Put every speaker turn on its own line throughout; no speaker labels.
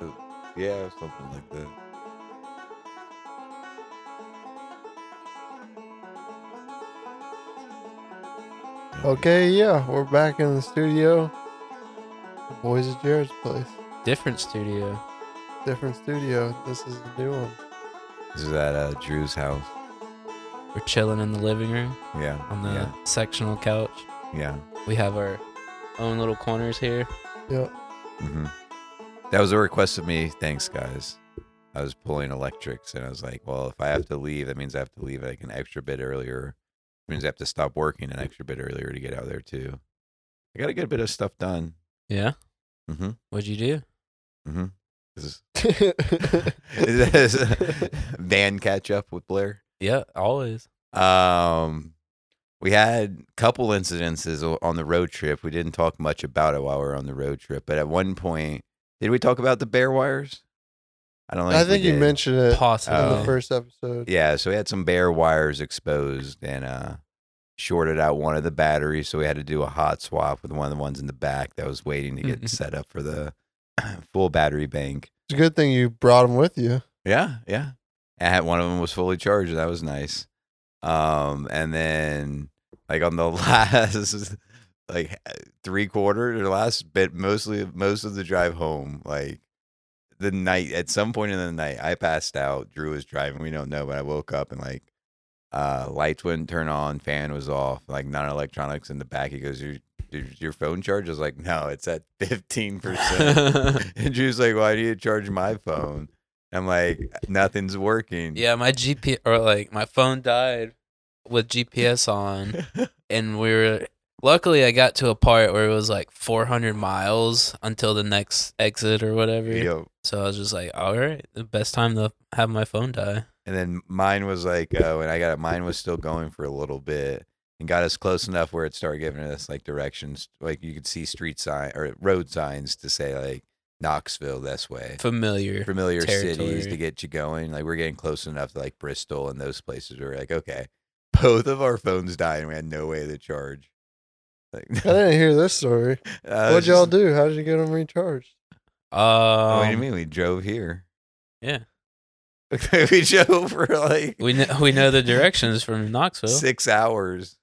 Uh, Yeah, something like that. Oh yeah.
Okay, yeah, we're back in the studio. The boys at Jared's place.
Different studio.
Different studio. This is a new one.
This is at uh, Drew's house.
We're chilling in the living room
Yeah.
on the sectional couch.
Yeah. Yeah.
We have our own little corners here.
Yep.
hmm That was a request of me. Thanks, guys. I was pulling electrics, and I was like, "Well, if I have to leave, that means I have to leave like an extra bit earlier. It means I have to stop working an extra bit earlier to get out there too. I got a good bit of stuff done.
Yeah.
Mm-hmm.
What'd you do?
Mm-hmm. This is is this van catch up with Blair.
Yeah, always.
Um, we had a couple incidences o- on the road trip. We didn't talk much about it while we were on the road trip, but at one point, did we talk about the bear wires? I don't think
I
we
think you
did.
mentioned it
Possibly.
in
Oh.
the first episode.
Yeah, so we had some bare wires exposed and uh shorted out one of the batteries, so we had to do a hot swap with one of the ones in the back that was waiting to get set up for the full battery bank.
It's a good thing you brought them with you.
Yeah, yeah. I had one of them was fully charged. That was nice. Um, and then like on the last like three quarter the last bit, mostly most of the drive home, like the night at some point in the night, I passed out. Drew was driving. We don't know, but I woke up and like uh lights wouldn't turn on, fan was off, like non electronics in the back. He goes, Your did your phone charge? I was like, No, it's at fifteen percent. And Drew's like, Why do you charge my phone? I'm like, Nothing's working.
yeah, my GP or like my phone died with GPS on. and we were luckily I got to a part where it was like 400 miles until the next exit or whatever.
Yo.
So I was just like, all right, the best time to have my phone die.
And then mine was like, uh, when I got it, mine was still going for a little bit and got us close enough where it started giving us like directions. Like you could see street sign or road signs to say like Knoxville this way,
Familiar.
familiar cities to
territory.
get you going. Like we're getting close enough to like Bristol and those places where we're like, okay, both of our phones died and we had no way to charge. Like,
I didn't hear this story.
uh,
What'd
it's
y'all
just-
do? How did you get them recharged?
Um,
what do you mean? We drove here.
Yeah,
we drove for like
we know, we know the directions from Knoxville.
six hours,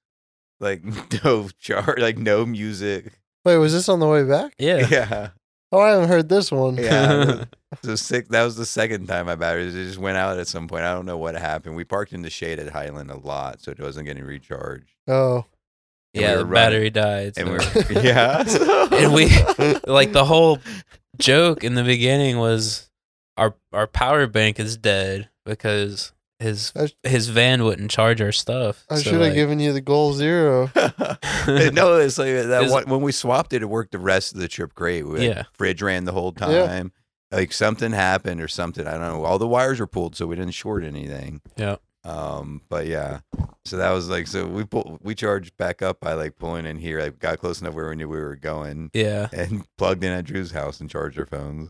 like no chart, like no music.
Wait, was this on the way back?
Yeah.
Yeah,
Oh, I haven't heard this one.
yeah. so six. That was the second time my batteries it just went out at some point. I don't know what happened. We parked in the shade at Highland a lot, so it wasn't getting recharged.
Oh,
And we
yeah,
were
the
running-
battery died.
And
so-
we were yeah,
And we- like the whole joke in the beginning was our our power bank is dead because his
I,
his van wouldn't charge our stuff.
I
So,
should have
like-
given you the goal zero.
no, it's like that
Is-
one, when we swapped it, it worked the rest of the trip great. We,
Yeah.
fridge ran the whole
Yeah.
time. Like something happened or something. I don't know. All the wires were pulled, so we didn't short anything.
Yeah.
Um. But yeah. So that was like so we pull, we charged back up by like pulling in here. Like got close enough where we knew we were going.
Yeah.
And plugged in at Drew's house and charged our phones.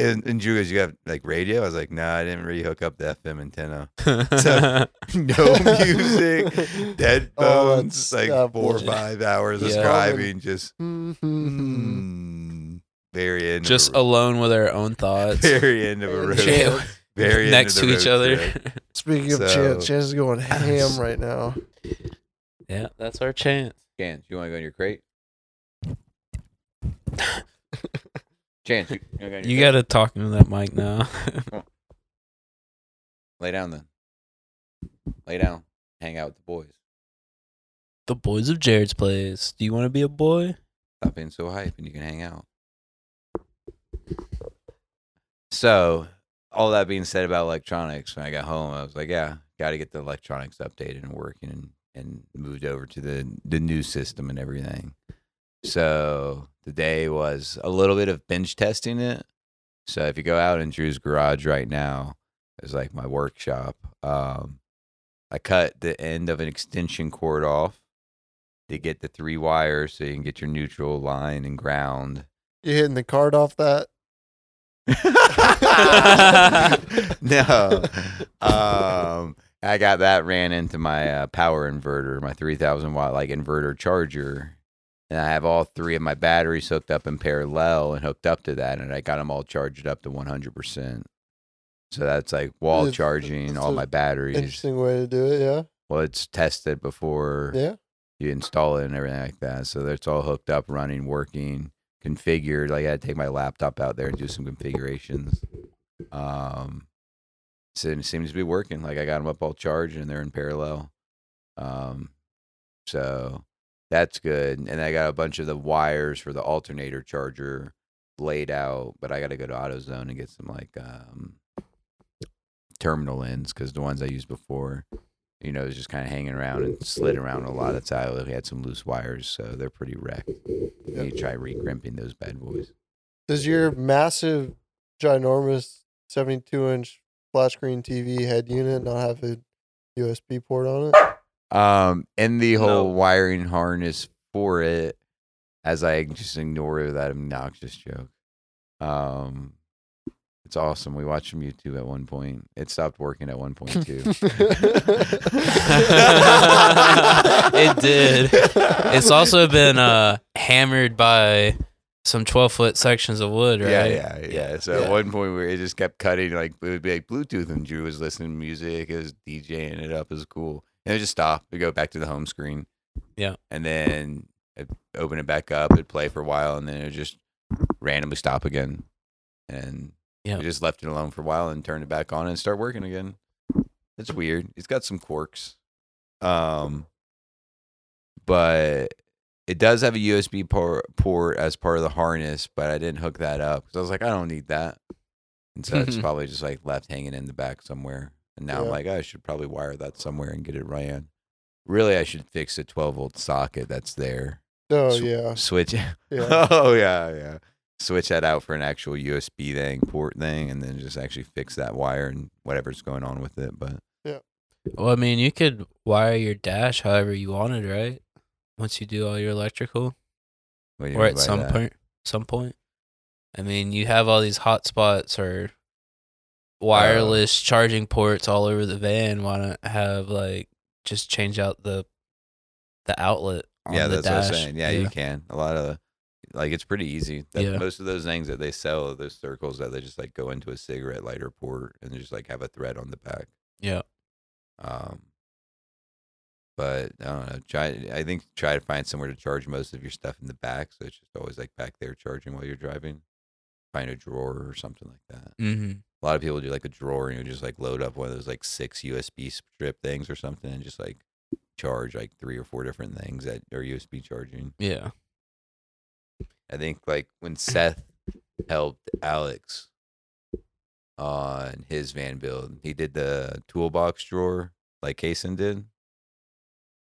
And, and Drew goes, "You have like radio?" I was like, "Nah, I didn't really hook up the FM antenna. So- No music, dead
Oh,
phones.
that's-
like
uh,
four or five hours of
Yeah.
driving, just
Mhm.
Mm, very end.
Just
of
alone with our own
a,
thoughts.
very end of a road.
Shit.
Chance-
Very end
next
of the
to each
road
other.
trip.
Speaking of
So-
chance, chance is going ham right now.
yeah, that's our chance.
Chance, you want to go in your crate? Chance, you, you, wanna go in your
You
crate?
gotta talk into that mic now.
lay down then. Lay down. Hang out with the boys.
the boys of Jared's place. Do you want to be a boy?
Stop being so hype, and you can hang out. So, all that being said about electronics, when I got home, I was like, yeah, got to get the electronics updated and working and, and moved over to the, the new system and everything. So, today was a little bit of bench testing it. So, if you go out in Drew's garage right now, it's like my workshop. Um, I cut the end of an extension cord off to get the three wires so you can get your neutral line and ground.
You hitting the card off that?
no. Um, I got that ran into my uh, power inverter, my 3000 watt like inverter charger. And I have all three of my batteries hooked up in parallel and hooked up to that. And I got them all charged up to 100%. So that's like wall
It's-
charging,
it's
all
a
my batteries.
Interesting way to do it. Yeah.
Well, it's tested before
Yeah.
you install it and everything like that. So that's all hooked up, running, working, configured. Like I had to take my laptop out there and do some configurations. Um, so it seems to be working. Like I got them up all charged and they're in parallel. Um, so that's good. And I got a bunch of the wires for the alternator charger laid out, but I got to go to AutoZone and get some like um, terminal ends because the ones I used before you know, is just kind of hanging around and slid around a lot of time. We had some loose wires, so they're pretty wrecked. You need to try recrimping those bad boys.
Does your massive, ginormous 72 inch flat screen TV head unit not have a USB port on it?
Um, and the whole
No.
wiring harness for it, as I just ignore that obnoxious joke. Um, it's awesome. We watched some YouTube at one point. It stopped working at one point too.
It did. It's also been uh, hammered by some 12 foot sections of wood, right?
Yeah, yeah, yeah, So
yeah.
at one point where it just kept cutting, like it would be like Bluetooth, and Drew was listening to music, it was DJing it up, it was cool, and it just stopped. We go back to the home screen.
Yeah.
and then it open it back up, it'd play for a while, and then it would just randomly stop again, and
Yeah.
we just left it alone for a while and turned it back on and start working again. It's weird. It's got some quirks, um, but it does have a USB por- port as part of the harness, but I didn't hook that up because I was like, I don't need that. And so it's probably just like left hanging in the back somewhere. And now I'm
Yeah.
like, I should probably wire that somewhere and get it ran. Really, I should fix the 12 volt socket that's there.
Oh,
Sw-
yeah.
Switch.
Yeah.
oh, yeah, yeah. Switch that out for an actual USB thing, port thing, and then just actually fix that wire and whatever's going on with it. But
Well, I mean, you could wire your dash however you wanted, right? Once you do all your electrical,
what do you
or
mean
at
by
some
that?
point, some point. I mean, you have all these hotspots or wireless
Oh.
charging ports all over the van. Why not have like just change out the the outlet? On
yeah,
the
that's
dash.
what I'm saying. Yeah, you can. A lot of like it's pretty easy. That,
Yeah.
Most of those things that they sell, are those circles that they just like go into a cigarette lighter port and just like have a thread on the back.
Yeah.
Um, but I don't know. Try. I think try to find somewhere to charge most of your stuff in the back, so it's just always like back there charging while you're driving. Find a drawer or something like that.
Mm-hmm.
A lot of people do like a drawer and you just like load up one of those like six USB strip things or something and just like charge like three or four different things that are USB charging.
Yeah.
I think like when Seth helped Alex on his van build, he did the toolbox drawer like Kaysen did.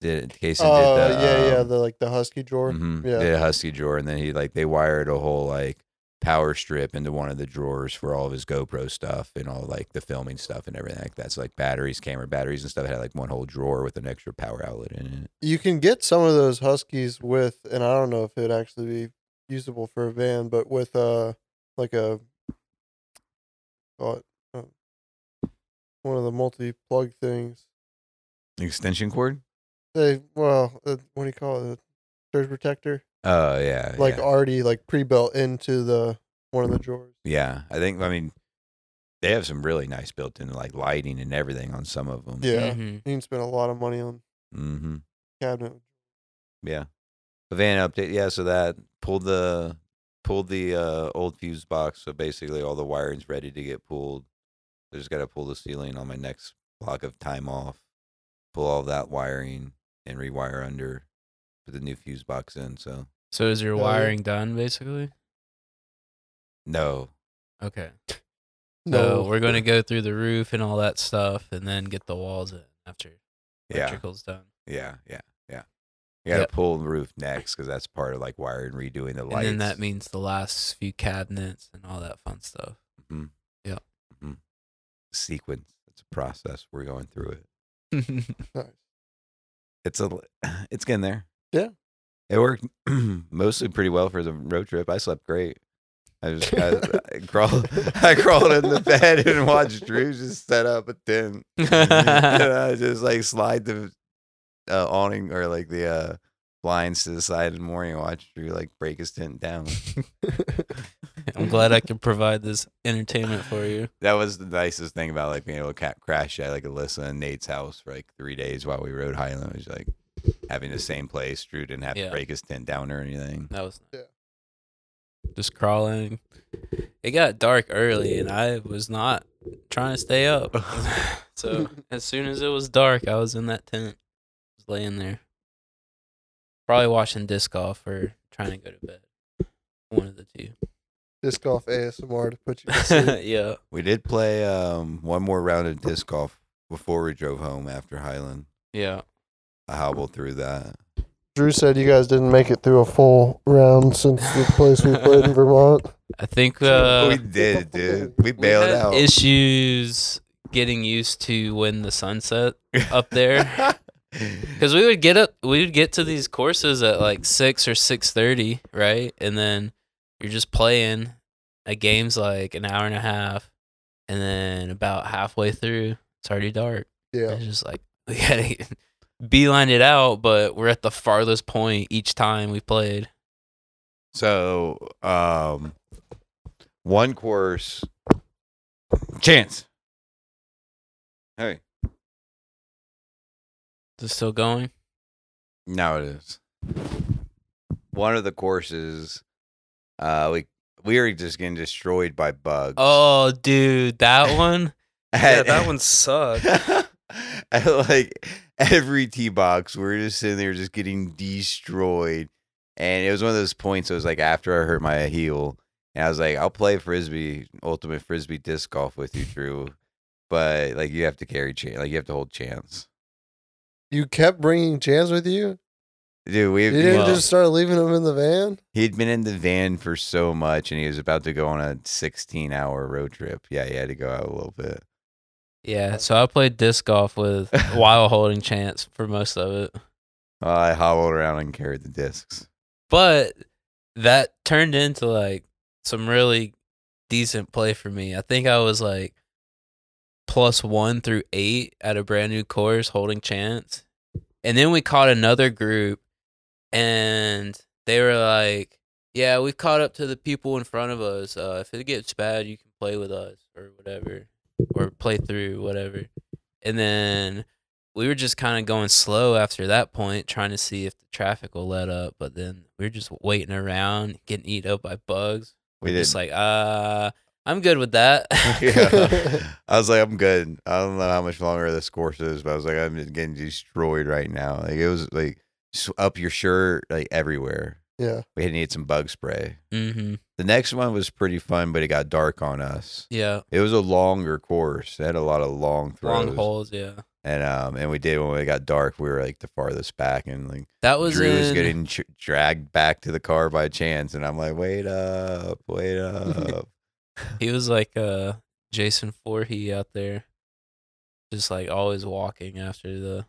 Did Kaysen
Oh,
uh,
did the
yeah, yeah.
um,
The like the husky drawer.
mhm,
yeah.
did a husky drawer, and then he like they wired a whole like power strip into one of the drawers for all of his GoPro stuff and all like the filming stuff and everything like that. So like batteries, camera batteries and stuff had like one whole drawer with an extra power outlet in it.
You can get some of those huskies with, and I don't know if it'd actually be usable for a van, but with uh like a oh, uh, one of the multi plug things.
Extension cord?
They well, uh, what do you call it? A surge protector,
Oh yeah.
like
yeah.
already like pre built into the one of the drawers.
Yeah, I think I mean they have some really nice built-in like lighting and everything on some of them.
Yeah,
Mhm.
you can spend a lot of money on
Mm-hmm.
cabinet.
Yeah. The van update. Yeah, so that pulled the pulled the uh, old fuse box. So basically, all the wiring's ready to get pulled. I just got to pull the ceiling on my next block of time off. Pull all that wiring and rewire under. Put the new fuse box in. So
So is your
Oh, yeah.
wiring done basically?
no,
Okay. So we're going to go through the roof and all that stuff, and then get the walls in after
yeah,
electrical's done.
yeah, yeah, yeah. You got to
Yep.
pull the roof next because that's part of like wiring, redoing the lights.
And then that means the last few cabinets and all that fun stuff.
sequence. It's a process. We're going through it.
Nice.
It's a it's getting there.
Yeah.
It worked mostly pretty well for the road trip. I slept great. I just I, I crawled I crawled in the bed and watched Drew just set up a tent. and I just like slide the uh, awning or like the uh, blinds to the side in the morning and watch Drew like break his tent down.
I'm glad I could provide this entertainment for you.
That was the nicest thing about like being able to ca- crash at like Alyssa and Nate's house for like three days while we rode Highland. It was like having the same place. Drew didn't have
Yeah.
to break his tent down or anything.
That was
Yeah.
just crawling. It got dark early, and I was not trying to stay up. so as soon as it was dark, I was in that tent, just laying there, probably watching disc golf or trying to go to bed. One of the
Disc golf ASMR to put you to
two.
sleep.
yeah.
We did play um, one more round of disc golf before we drove home after Highland.
Yeah.
I hobbled through that.
Drew said you guys didn't make it through a full round since the place we played in Vermont.
I think uh,
we did, dude. We
we
bailed
had
out.
issues getting used to when the sun set up there. because we would get up we would get to these courses at like 6 or 6.30 right and then you're just playing a game's like an hour and a half and then about halfway through it's already dark
Yeah.
it's just like we gotta beeline it out but we're at the farthest point each time we played
So, um, one course, chance. Hey,
is it still going
now it is. One of the courses, uh, we we were just getting destroyed by bugs.
oh dude that one yeah that one sucked
At, like every tee box, we were just sitting there, just getting destroyed. And it was one of those points. It was like after I hurt my heel, and I was like, "I'll play frisbee, ultimate frisbee disc golf with you, Drew, but like you have to carry chance, like you have to hold chance,
You kept bringing Jans with you?
dude." We
You didn't
Wow.
just start leaving them in the van?
he'd been in the van for so much, and he was about to go on a sixteen-hour road trip. Yeah, he had to go out a little bit.
yeah so i played disc golf with while holding chance for most of it
Well, Uh, I hobbled around and carried the discs.
but that turned into like some really decent play for me. I think I was like plus one through eight at a brand new course holding chance. And then we caught another group and they were like, Yeah, we've caught up to the people in front of us. Uh, if it gets bad, you can play with us or whatever, or play through, whatever. And then we were just kind of going slow after that point, trying to see if the traffic will let up. But then we were just waiting around, getting eaten up by bugs.
We
We're just
didn't-
like, uh, I'm good with that.
yeah. I was like, I'm good. I don't know how much longer this course is, but I was like, I'm just getting destroyed right now. Like it was like s- up your shirt, like everywhere.
Yeah.
We had need some bug spray.
hmm
The next one was pretty fun, but it got dark on us.
Yeah.
It was a longer course. It had a lot of long throws.
Long holes. Yeah.
And um, and we did when it got dark. We were like the farthest back, and like
That was
Drew
in,
was getting ch- dragged back to the car by chance, and I'm like, wait up, wait up.
He was like uh Jason Voorhees out there, just like always walking after the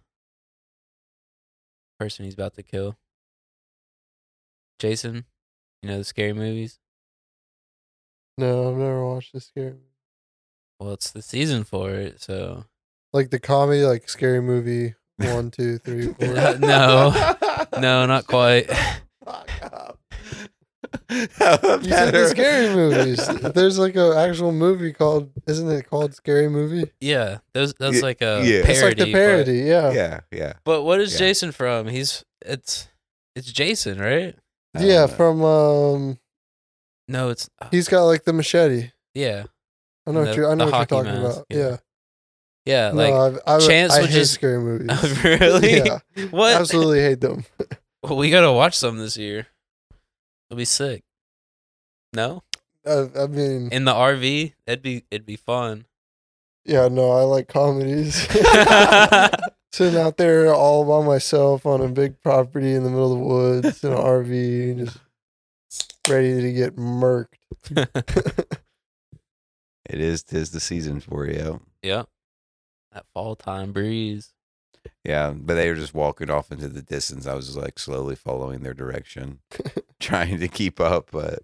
person he's about to kill. Jason, you know the scary movies.
No, I've never watched this scary
Well, it's the season for it, so
Like the comedy, like scary movie one, two, three, four.
Uh, no. no, not quite.
Fuck up. How
You said
better-
the scary movies. There's like a actual movie called, isn't it called Scary Movie?
Yeah, those that's
Yeah,
like a
yeah.
parody.
It's like the
but-
parody, yeah. yeah.
yeah, yeah.
But, what is
Yeah.
Jason from? He's it's it's Jason, right?
I don't know.
from um,
No, it's
he's got like the machete.
yeah,
I know
And
what
the-
you. I
the
know what you're
hockey
talking
mask,
about.
yeah.
Yeah.
yeah.
No,
like
I've, I've,
Chance
I
would
hate
just- Oh,
scary movies.
really?
Yeah.
What?
Absolutely hate them.
Well, we gotta watch some this year. It'll be sick. No,
I, I mean,
in the RV, it'd be it'd be fun.
yeah, no, I like comedies. Sitting out there all by myself on a big property in the middle of the woods in an RV, and just ready to get murked.
It is tis the season for you.
yeah, that fall time breeze.
Yeah, but they were just walking off into the distance. I was just like slowly following their direction, trying to keep up. But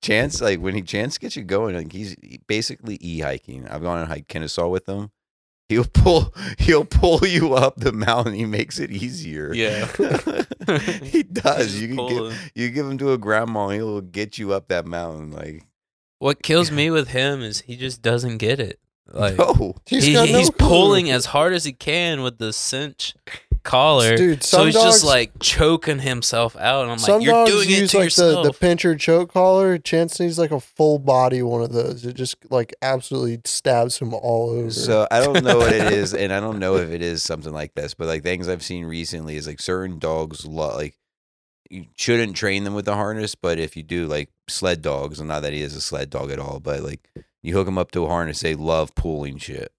Chance, like when he Chance gets you going, like he's basically e hiking. I've gone and hiked Kennesaw with him. He'll pull, he'll pull you up the mountain. He makes it easier.
Yeah.
he does.
Just
You can
pull
give,
him.
you give him to a grandma, and he'll get you up that mountain. Like,
What kills me with him is he just doesn't get it. Like
oh,
he-
got no
he's
clue.
pulling as hard as he can with the cinch collar.
Dude,
so
some
he's
dogs,
just like choking himself out. And I'm
some
like, you're
dogs
doing it
use
to
like the,
yourself.
the pincher choke collar. Chance needs like a full body one of those. It just like absolutely stabs him all over.
So I don't know what it is, and I don't know if it is something like this. But like things I've seen recently is like certain dogs, lo- like you shouldn't train them with a harness, but if you do, like sled dogs, and not that he is a sled dog at all, but like you hook them up to a harness, they love pulling shit.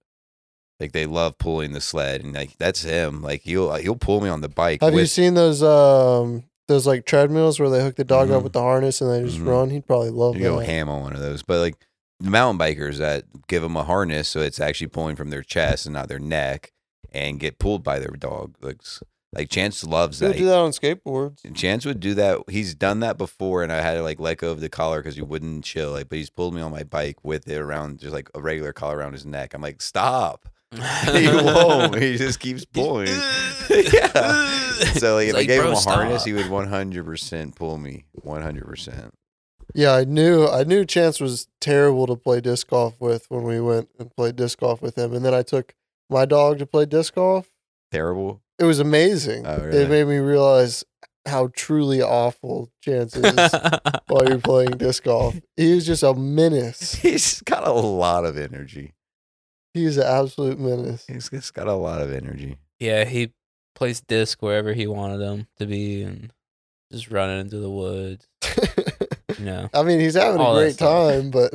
Like they love pulling the sled, and like that's him. Like he'll uh, he'll pull me on the bike.
Have you
with-
seen those um those like treadmills where they hook the dog
Mhm.
up with the harness and they just
Mhm.
run? He'd probably love
You
that.
go ham on one of those, but like the mountain bikers that give them a harness, so it's actually pulling from their chest and not their neck, and get pulled by their dog. Like, s- like Chance loves
They
that.
do that on skateboards.
Chance would do that. He's done that before, and I had to like let go of the collar because he wouldn't chill. Like, but he's pulled me on my bike with it around, just like a regular collar around his neck. I'm like, stop. he won't. He just keeps pulling. Yeah. So like,
He's
if I gave
"Bro,
him a harness,
stop."
he would 100% pull me. 100%.
Yeah, I knew I knew Chance was terrible to play disc golf with when we went and played disc golf with him. And then I took my dog to play disc golf.
Terrible.
It was amazing.
Oh, really?
It made me realize how truly awful Chance is while you're playing disc golf. He was just a menace.
He's got a lot of energy.
He's an absolute menace.
He's just got a lot of energy.
yeah, he placed disc wherever he wanted him to be and just running into the woods. You know.
I mean, he's having
All
a
that
great
stuff.
time, but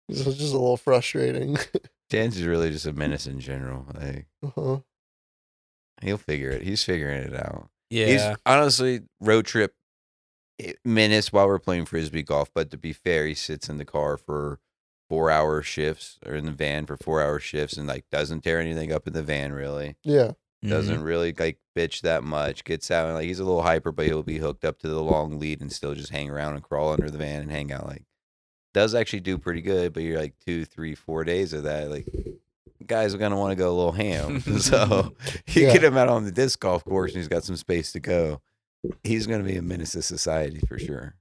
it's just a little frustrating.
Chance is really just a menace in general. Like
Uh-huh.
he'll figure it. He's figuring it out.
Yeah.
He's honestly road trip eh, menace while we're playing frisbee golf. But to be fair, he sits in the car for four hour shifts or in the van for four hour shifts and like doesn't tear anything up in the van really.
Yeah.
mm-hmm.
Doesn't
Mm-hmm.
really like bitch that much. Gets out and like he's a little hyper, but he'll be hooked up to the long lead and still just hang around and crawl under the van and hang out. Like does actually do pretty good, but you're like two, three, four days of that. Like guys are gonna want to go a little ham. so you
Yeah.
get him out on the disc golf course and he's got some space to go. He's gonna be a menace to society for sure.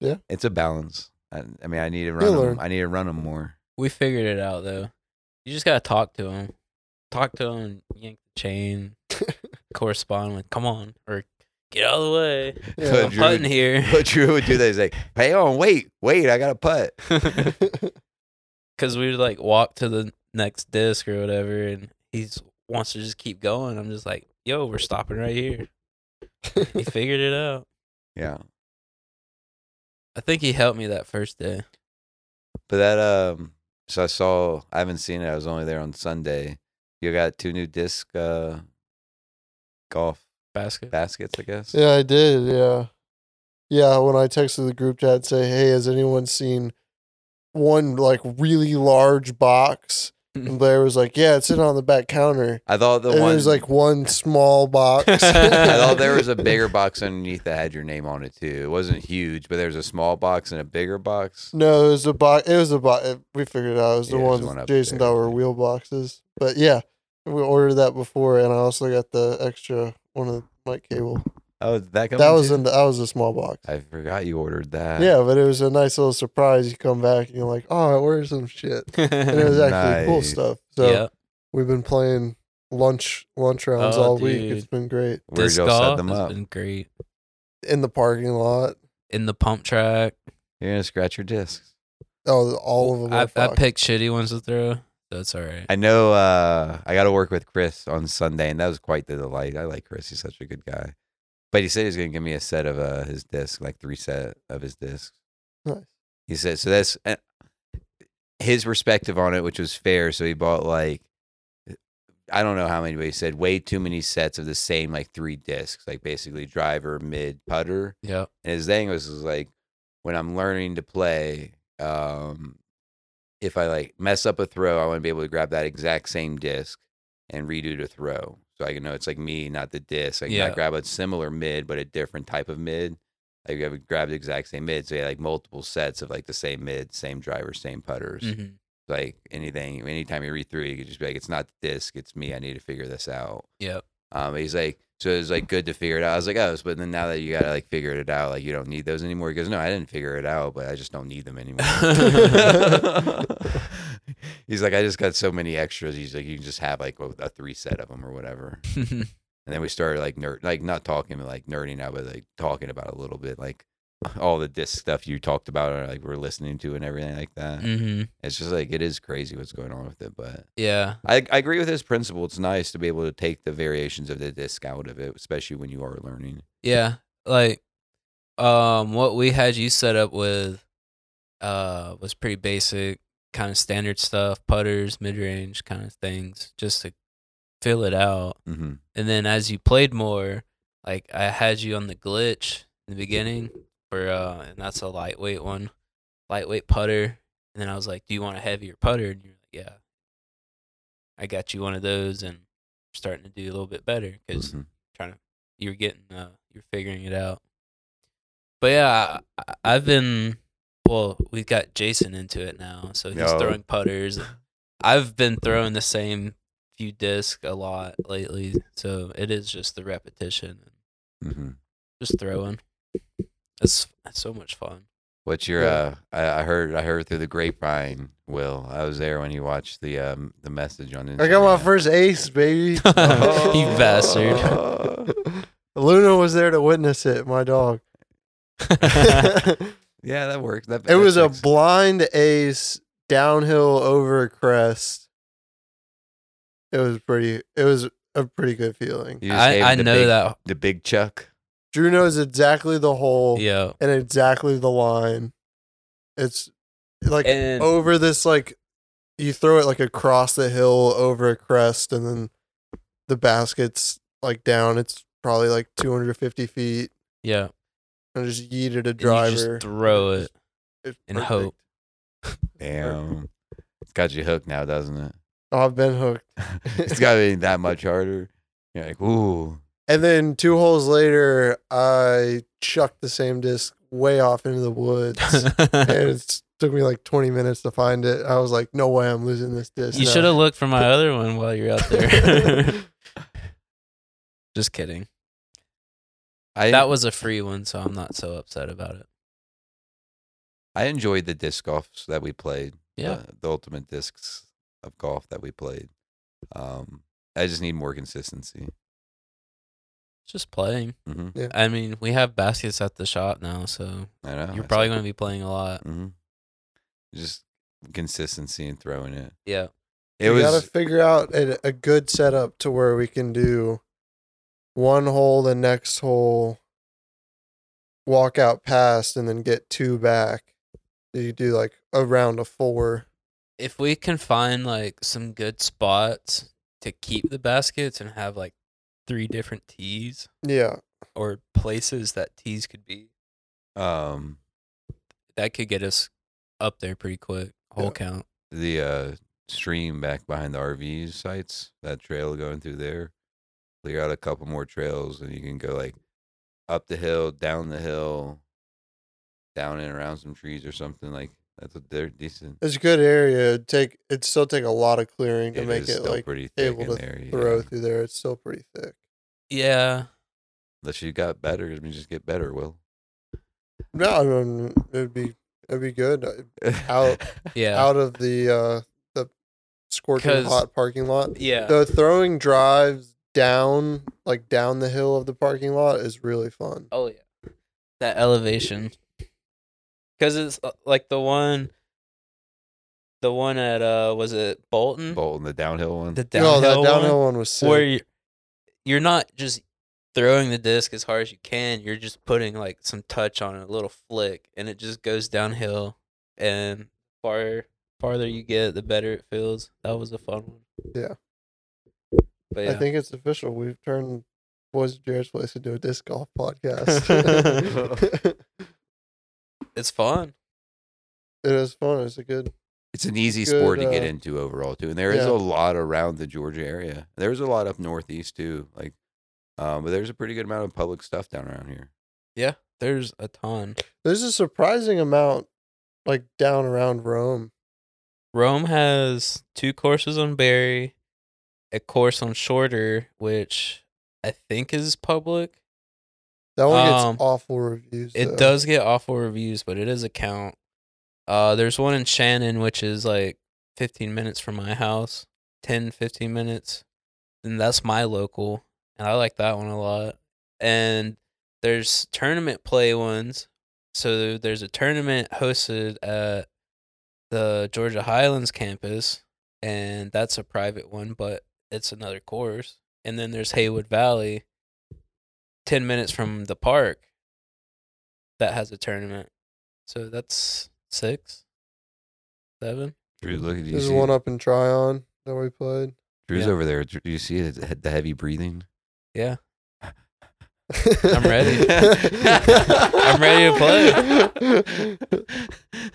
Yeah.
It's a balance. I, I mean I need to run
You'll
him.
learn.
I need to run him more.
We figured it out though. You just gotta talk to him. Talk to him and yank the chain. correspond with come on or get out of the way.
Yeah.
But
I'm
Drew-
putting here.
But Drew would do that. He's like, hey on, wait, wait, I got a putt.
Cause we would like walk to the next disc or whatever and he's wants to just keep going. I'm just like, yo, we're stopping right here. He figured it out.
Yeah.
I think he helped me that first day.
But that um so I saw I haven't seen it. I was only there on Sunday. You got two new disc uh golf
Basket.
baskets, I guess.
yeah, I did. Yeah. Yeah. When I texted the group chat and say, hey, has anyone seen one like really large box? And Blair was like, yeah, it's sitting on the back counter.
I thought Mm-hmm. the
and
one
it was like one small box.
I thought there was a bigger box underneath that had your name on it too. It wasn't huge, but there was a small box and a bigger box.
No, it was a box. It was a box. We figured it out. It was the
Yeah, there's
ones
one up
Jason
there, I
thought were
think.
wheel boxes. But yeah, we ordered that before, and I also got the extra one of the mic cable.
Oh, did that come
that was
too?
in the, that was a small box.
I forgot you ordered that.
yeah, but it was a nice little surprise. You come back and you're like, oh, I ordered some shit, and it was actually cool
Nice.
stuff. So
yeah.
we've been playing lunch lunch rounds
Oh,
all week.
dude.
It's been great
Where'd
Disc
y'all set
golf
them
has
up?
been great.
in the parking lot.
In the pump track.
You're gonna scratch your discs.
Oh, all of them. are
I, I
fucked.
picked shitty ones to throw. That's all right.
I know uh, I got to work with Chris on Sunday, and that was quite the delight. I like Chris; he's such a good guy. But he said he's going to give me a set of uh, his disc, like three set of his discs.
Nice.
He said so. That's uh, his perspective on it, which was fair. So he bought like I don't know how many, but he said way too many sets of the same like three discs, like basically driver, mid, putter.
Yep.
And his thing was, was like, when I'm learning to play, um, if I like mess up a throw, I want to be able to grab that exact same disc and redo the throw. so I can know it's like me, not the disc. Like I
Yeah.
grab a similar mid, but a different type of mid. Like I would grab the exact same mid, so you had like multiple sets of like the same mid, same driver, same putters.
Mhm.
Like anything, anytime you read through, it, you could just be like, it's not the disc, it's me. I need to figure this out.
Yep.
Um, he's like, so it's like good to figure it out. I was like, oh, but then now that you gotta like figure it out, like you don't need those anymore. He goes, no, I didn't figure it out, but I just don't need them anymore. he's like, I just got so many extras. He's like, you can just have like a a three set of them or whatever.
Mm-hmm.
And then we started like nerd, like not talking, but like nerding out, but like talking about a little bit, like all the disc stuff you talked about, or like we're listening to and everything like that.
hmm
It's just like it is crazy what's going on with it, but.
Yeah.
I, I agree with his principle. It's nice to be able to take the variations of the disc out of it, especially when you are learning.
Yeah. Like um what we had you set up with uh was pretty basic, kind of standard stuff, putters, mid range kind of things, just to fill it out.
Mm-hmm.
And then as you played more, like I had you on the glitch in the beginning for uh and that's a lightweight one. Lightweight putter. And then I was like, Do you want a heavier putter? And you're like, Yeah. I got you one of those and starting to do a little bit better because
Mm-hmm.
trying to you're getting uh you're figuring it out but yeah I, i've been well we got jason into it now so he's
Yo.
throwing putters i've been throwing the same few disc a lot lately so it is just the repetition and
hmm
just throwing it's, it's so much fun
What's your?
Yeah.
Uh, I, I heard I heard through the grapevine. Will I was there when you watched the um, the message on Instagram.
I got my first ace, baby. Oh.
You bastard.
Luna was there to witness it, my dog. it
yeah, that works. That, that
was a
checks.
blind ace downhill over a crest. It was pretty it was a pretty good feeling.
You just
i,
gave
I
the
know
big-
that
the big chuck.
Drew knows exactly the hole
yeah
and exactly the line. It's like
and
over this like you throw it like across the hill over a crest and then the basket's like down it's probably like 250 feet
yeah
and I just yeeted a
and you
driver
just throw it
It's
and hope.
Damn, it's got you hooked now, doesn't it?
oh, i've been hooked
it's got to be that much harder. You're like, ooh,
and then two holes later i chucked the same disc way off into the woods and it took me like 20 minutes to find it i was like no way i'm losing this disc
you
now.
should have looked for my other one while you're out there just kidding
I
That was a free one, so I'm not so upset about it.
I enjoyed the disc golfs that we played.
Yeah.
the, the ultimate discs of golf that we played. Um, I just need more consistency.
It's just playing.
hmm
I mean, we have baskets at the shop now, so
I know
you're probably going to be playing a lot.
hmm just consistency and throwing it.
Yeah.
It
we
was
gotta figure out a, a good setup to where we can do one hole, the next hole, walk out past, and then get two back. So you do like a round of four.
If we can find like some good spots to keep the baskets and have like three different tees
Yeah,
or places that tees could be,
um
that could get us up there pretty quick. Whole
Yeah.
count.
the uh stream back behind the RV sites. That trail going through there. Clear out a couple more trails, and you can go like up the hill, down the hill, down and around some trees or something. Like that's a they're decent.
it's a good area. It'd take it'd still take a lot of clearing to
It
make
is
it
still
like
pretty thick
able
in
to
there, yeah.
throw through there. It's still pretty thick.
Yeah.
Unless you got better, I mean, just get better, Will.
No, I mean, it'd be it'd be good uh, Out.
Yeah.
out of the uh the scorching
'Cause-
hot parking lot.
yeah.
The throwing drives down, like down the hill of the parking lot, is really fun.
Oh yeah, that elevation. Because it's uh, like the one, the one at uh, was it Bolton?
Bolton, the downhill one.
The
No,
downhill,
that downhill
one,
one, was sick.
where you, you're not just throwing the disc as hard as you can. You're just putting like some touch on it, a little flick, and it just goes downhill. And far farther you get, the better it feels. That was a fun one.
Yeah.
But yeah.
I think it's official. We've turned Boys of Jared's Place into a disc golf podcast.
podcast.
it
it's fun.
was fun. It's a good.
It's an easy
good,
sport to get
uh,
into overall too, and there is
yeah.
a lot around the Georgia area. There's a lot up northeast too, like, um, but there's a pretty good amount of public stuff down around here.
There's a ton.
There's a surprising amount, like down around Rome.
Rome has two courses on Barry, a course on Shorter, which I think is public.
That one gets
Um,
awful reviews. though.
It does get awful reviews, but it is a count. Uh, there's one in Shannon, which is like 15 minutes from my house, 10, 15 minutes. And that's my local. And I like that one a lot. And there's tournament play ones. So there's a tournament hosted at the Georgia Highlands campus. And that's a private one, but it's another course. And then there's Haywood Valley, 10 minutes from the park that has a tournament. So that's six, seven.
Drew, look at you.
There's
See,
one up in Tryon that we played.
Drew's
yeah.
over there. Drew, Do you see the, the heavy breathing?
Yeah. I'm ready. I'm ready to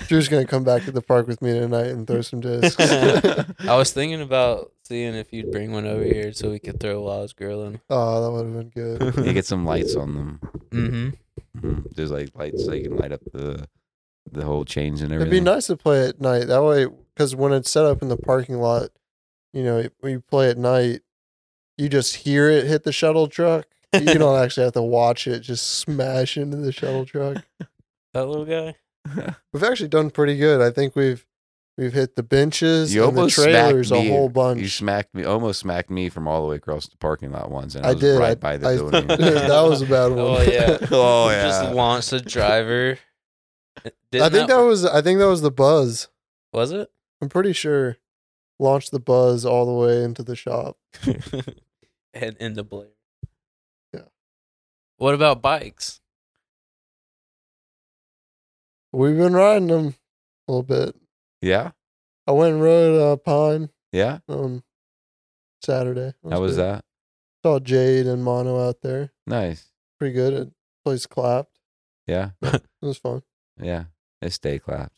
Drew's gonna come back to the park with me tonight and throw some discs.
I was thinking about seeing if you'd bring one over here so we could throw while I was grilling.
oh, that would have been good.
you get some lights on them.
Mm-hmm.
Mhm. There's like lights that you can light up the the whole chains and
It'd
everything.
be nice to play at night. That way, because when it's set up in the parking lot, you know, when you play at night, you just hear it hit the shuttle truck. You don't actually have to watch it just smash into the shuttle truck.
That little guy?
We've actually done pretty good. I think we've we've hit the benches
You
and the
almost smacked
trailers a
me.
whole
You
bunch.
smacked me, almost smacked me from all the way across the parking lot once, and I,
I
was
did,
right
I-
by the
I-
building.
that was a bad one.
Oh, yeah.
oh yeah.
Just launched the driver.
I think that was I think that was the buzz.
was it?
I'm pretty sure launched the buzz all the way into the shop.
and in the blade.
Yeah.
What about bikes?
We've been riding them a little bit.
yeah,
I went and rode uh, Pine
yeah.
on Saturday.
How was
good.
that?
Saw Jade and Mono out there.
Nice.
Pretty good. It place clapped.
Yeah,
It was fun.
yeah. This day clapped.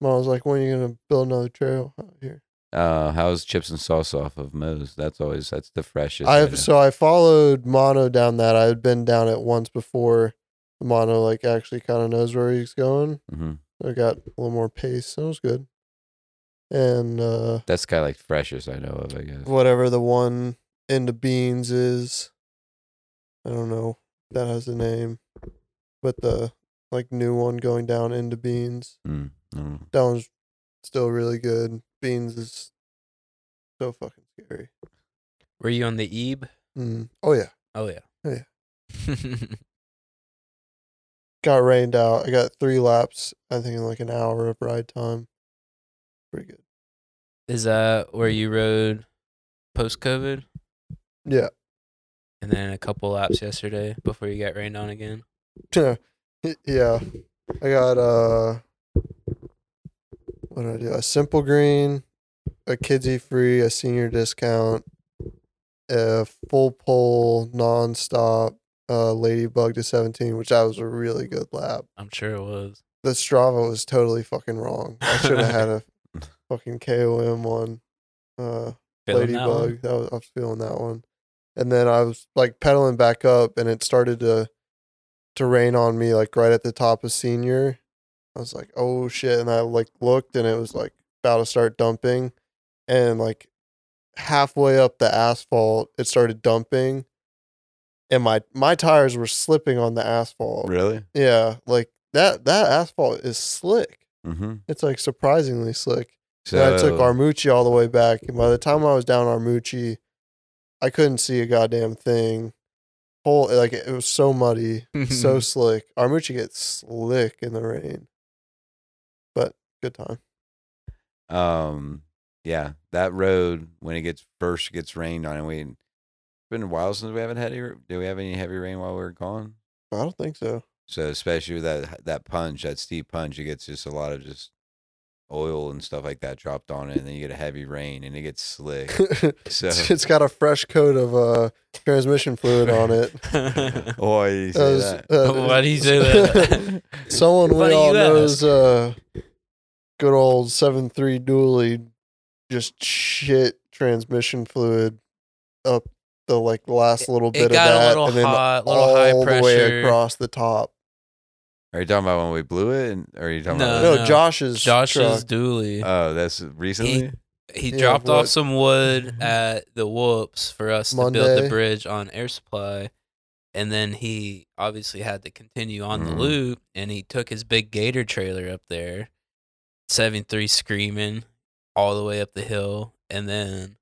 Mono's like, when are you gonna build another trail out here?
Uh, how's chips and sauce off of Moe's? That's always that's the freshest.
I
way
have
to-
so I followed Mono down that. I had been down it once before. Mono like actually kind of knows where he's going.
Mhm.
I got a little more pace. So it was good. And uh
That's kind of like freshest I know of. I guess.
whatever the one into beans is, I don't know if that has a name, but the like new one going down into beans.
Mm, I don't know.
That one's still really good. Beans is so fucking scary.
Were you on the Ebe?
Mm. Oh yeah.
Oh, yeah.
Oh,
yeah.
got rained out. I got three laps, I think, in like an hour of ride time. Pretty good.
Is that where you rode post COVID?
Yeah.
and then a couple laps yesterday before you got rained on again.
yeah. I got uh what did I do? A simple green, a kidsy free, a senior discount, a full pull nonstop, uh ladybug to seventeen, which that was a really good lap.
I'm sure it was.
The Strava was totally fucking wrong. I should have had a fucking KOM one. Uh
Feeling that one?
Ladybug. That was, I was feeling that one. And then I was like pedaling back up and it started to to rain on me like right at the top of senior. I was like, oh shit. And I like looked and it was like about to start dumping. And like halfway up the asphalt it started dumping. And my my tires were slipping on the asphalt.
Really?
Yeah. Like that that asphalt is slick.
Mm-hmm.
It's like surprisingly slick.
So
And I took Armucci all the way back. And by the time I was down Armucci, I couldn't see a goddamn thing. Whole like it was so muddy, so slick. Armucci gets slick in the rain. But good time.
Um, yeah, that road when it gets first gets rained on, and we it's been a while since we haven't had any. Do we have any heavy rain while we were gone?
I don't think so.
So especially with that that punch, that steep punch, it gets just a lot of just oil and stuff like that dropped on it, and then you get a heavy rain and it gets slick. So
it's got a fresh coat of uh transmission fluid on it.
oh, you say
That was-
that.
uh,
Why do you say that?
Someone we
Funny
all
you
knows uh good old seven three dually, just shit transmission fluid up the like last little bit
it
of
got a
that,
little
and then
hot, little
all
high
the way
pressure.
across the top.
Are you talking about when we blew it? And, or are you talking
No,
about?
no,
no.
Josh's
Josh's
truck.
dually.
Oh, that's recently.
he
Yeah,
dropped
what- Mm-hmm.
off some wood at the whoops for us to build
Monday.
the bridge on air supply and then he obviously had to continue on the
Mm-hmm.
Mm.
loop and he took his big gator trailer up there 7-3 screaming all the way up the hill and then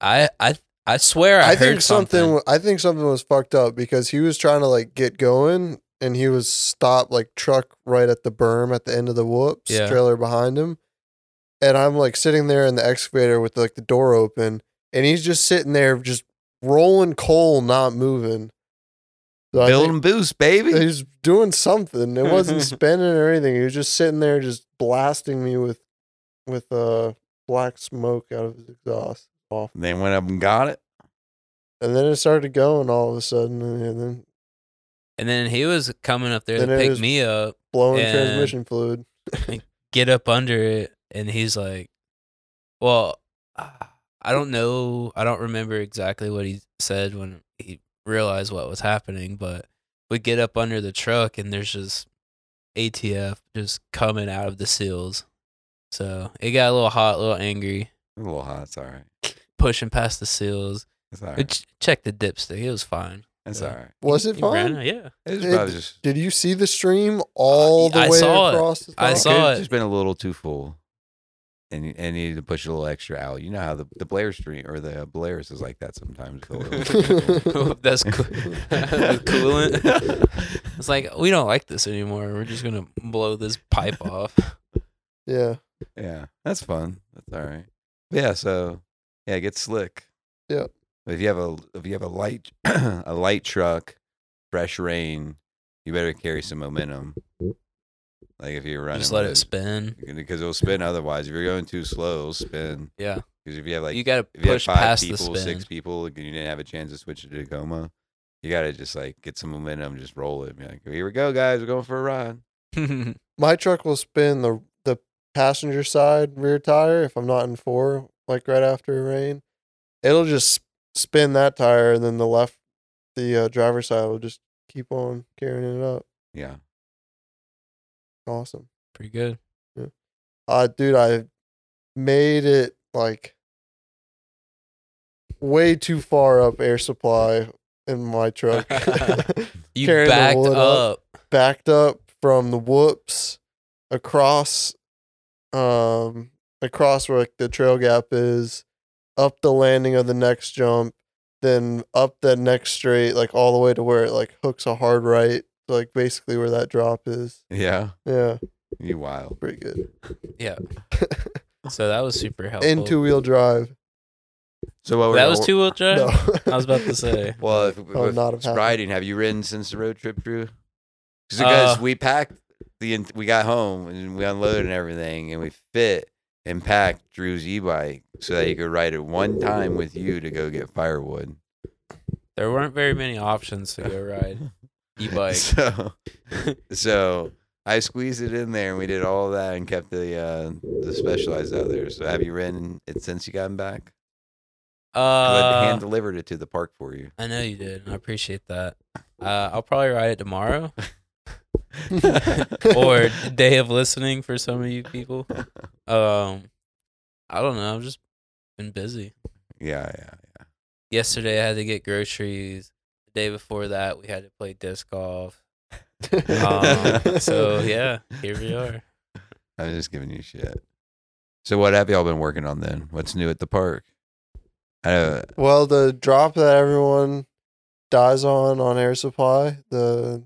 i i i swear i,
I
heard
think something.
something,
wa- I think something was fucked up because he was trying to like get going and he was stopped like truck right at the berm at the end of the whoops
Yeah.
trailer behind him, and I'm like sitting there in the excavator with like the door open and he's just sitting there just rolling coal, not moving. So I
Build
think
and boost, baby.
He's doing something. It wasn't spinning or anything. He was just sitting there, just blasting me with, with uh black smoke out of his exhaust. Awful.
They went up and got it.
And then it started going all of a sudden, and then
and then he was coming up there
Then
to
it
pick
was-
me up
blowing
And-
transmission fluid.
get up under it and he's like well i don't know i don't remember exactly what he said when he realized what was happening but we get up under the truck and there's just atf just coming out of the seals so it got a little hot a little angry
A little hot. It's all right.
pushing past the seals
It's all
We
right.
ch- checked the dipstick it was fine
It's
yeah.
all right.
Was it
He ran
fun?
it, yeah
It was
uh, It-
probably just.
Did you see the stream all the
I
way
saw it.
across? The
I
it
top?
saw
could've
it.
Just been a little too full, and you- and needed to push a little extra out. You know how the the Blair Street or the Blair's is like that sometimes. It's a little too full.
that's cool coolant It's like we don't like this anymore. We're just gonna blow this pipe off.
Yeah,
Yeah, that's fun. That's all right. Yeah, so yeah, get slick.
Yep.
If you have a if you have a light a light truck, fresh rain, you better carry some momentum. Like if you're running,
just let
with
it spin.
because it'll spin. Otherwise, if you're going too slow, it'll spin.
Yeah,
Because if you have like
you gotta
if you
push
have five
past the
people,
spin.
six people, and you didn't have a chance to switch to Tacoma, you gotta just like get some momentum, just roll it. and be like, here we go, guys, we're going for a ride.
my truck will spin the the passenger side rear tire if I'm not in four, like right after a rain. It'll just spin that tire, and then the left, the uh, driver's side will just keep on carrying it up.
Yeah,
Awesome.
Pretty good.
Uh, dude, I made it like way too far up air supply in my truck.
You
Carrying the
backed
wood
up.
up. Backed up from the whoops across, um, across where like, the trail gap is, up the landing of the next jump, then up that next straight, like all the way to where it like hooks a hard right, like basically where that drop is.
yeah,
Yeah,
you wild.
pretty good.
Yeah. So that was super helpful.
In two wheel drive.
So what we're
that
gonna-
was two wheel drive.
No.
I was about to say.
Well, if,
That would
if
Oh, not have
it's
happened.
riding, have you ridden since the road trip, Drew? 'Cause-
Uh,
Because we packed the in- we got home and we unloaded and everything, and we fit and packed Drew's e-bike so that he could ride it one time with you to go get firewood.
There weren't very many options to go ride e bike.
So, so I squeezed it in there, and we did all that, and kept the uh, the specialized out there. So, have you ridden it since you gotten back? 'Cause I
Uh,
hand delivered it to the park for you.
I know you did. and I appreciate that. Uh, I'll probably ride it tomorrow or day of listening for some of you people. Um, I don't know. I've just been busy.
yeah, yeah, yeah.
yesterday I had to get groceries. The day before that we had to play disc golf. Um, so yeah, here we are.
I'm just giving you shit. So what have y'all been working on then? What's new at the park? Uh,
Well, the drop that everyone dies on on air supply, the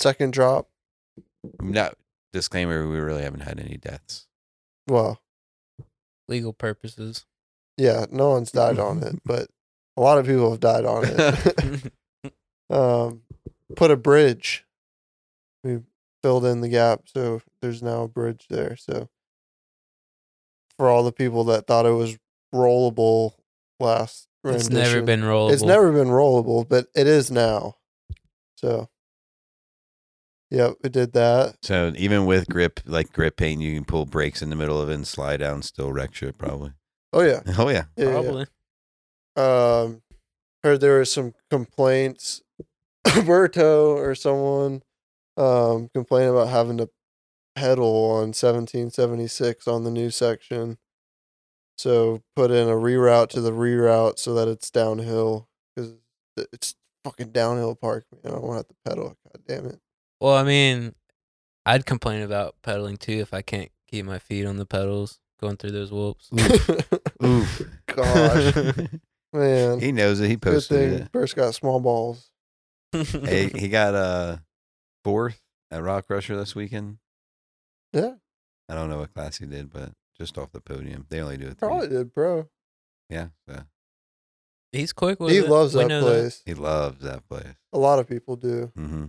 second drop.
not disclaimer. We really haven't had any deaths.
Well,
Legal purposes.
yeah, no one's died on it, but a lot of people have died on it. um, put a bridge. We filled in the gap, so there's now a bridge there. So for all the people that thought it was rollable last,
it's never
rendition,
been rollable.
It's never been rollable, but it is now. So Yep, it did that.
So even with grip, like grip paint, you can pull brakes in the middle of it and slide down, still wreck shit probably.
Oh yeah,
Oh yeah,
yeah, yeah, yeah.
Probably.
um heard there were some complaints Berto or someone um complaining about having to pedal on 1776 on the new section so put in a reroute to the reroute so that it's downhill because it's fucking downhill park man i don't have to pedal god damn it
Well, I mean, I'd complain about pedaling too if I can't keep my feet on the pedals going through those whoops. Hmm.
Oof.
gosh man
he knows it. He
good
posted
thing
it.
Burst got small balls
Hey, he got uh fourth at Rock Crusher this weekend.
Yeah.
I don't know what class he did, but just off the podium. They only do it.
probably
Three.
did bro
Yeah, so
He's quick with
he
it.
loves
We
that
know
place
he loves that place.
a lot of people do
hmm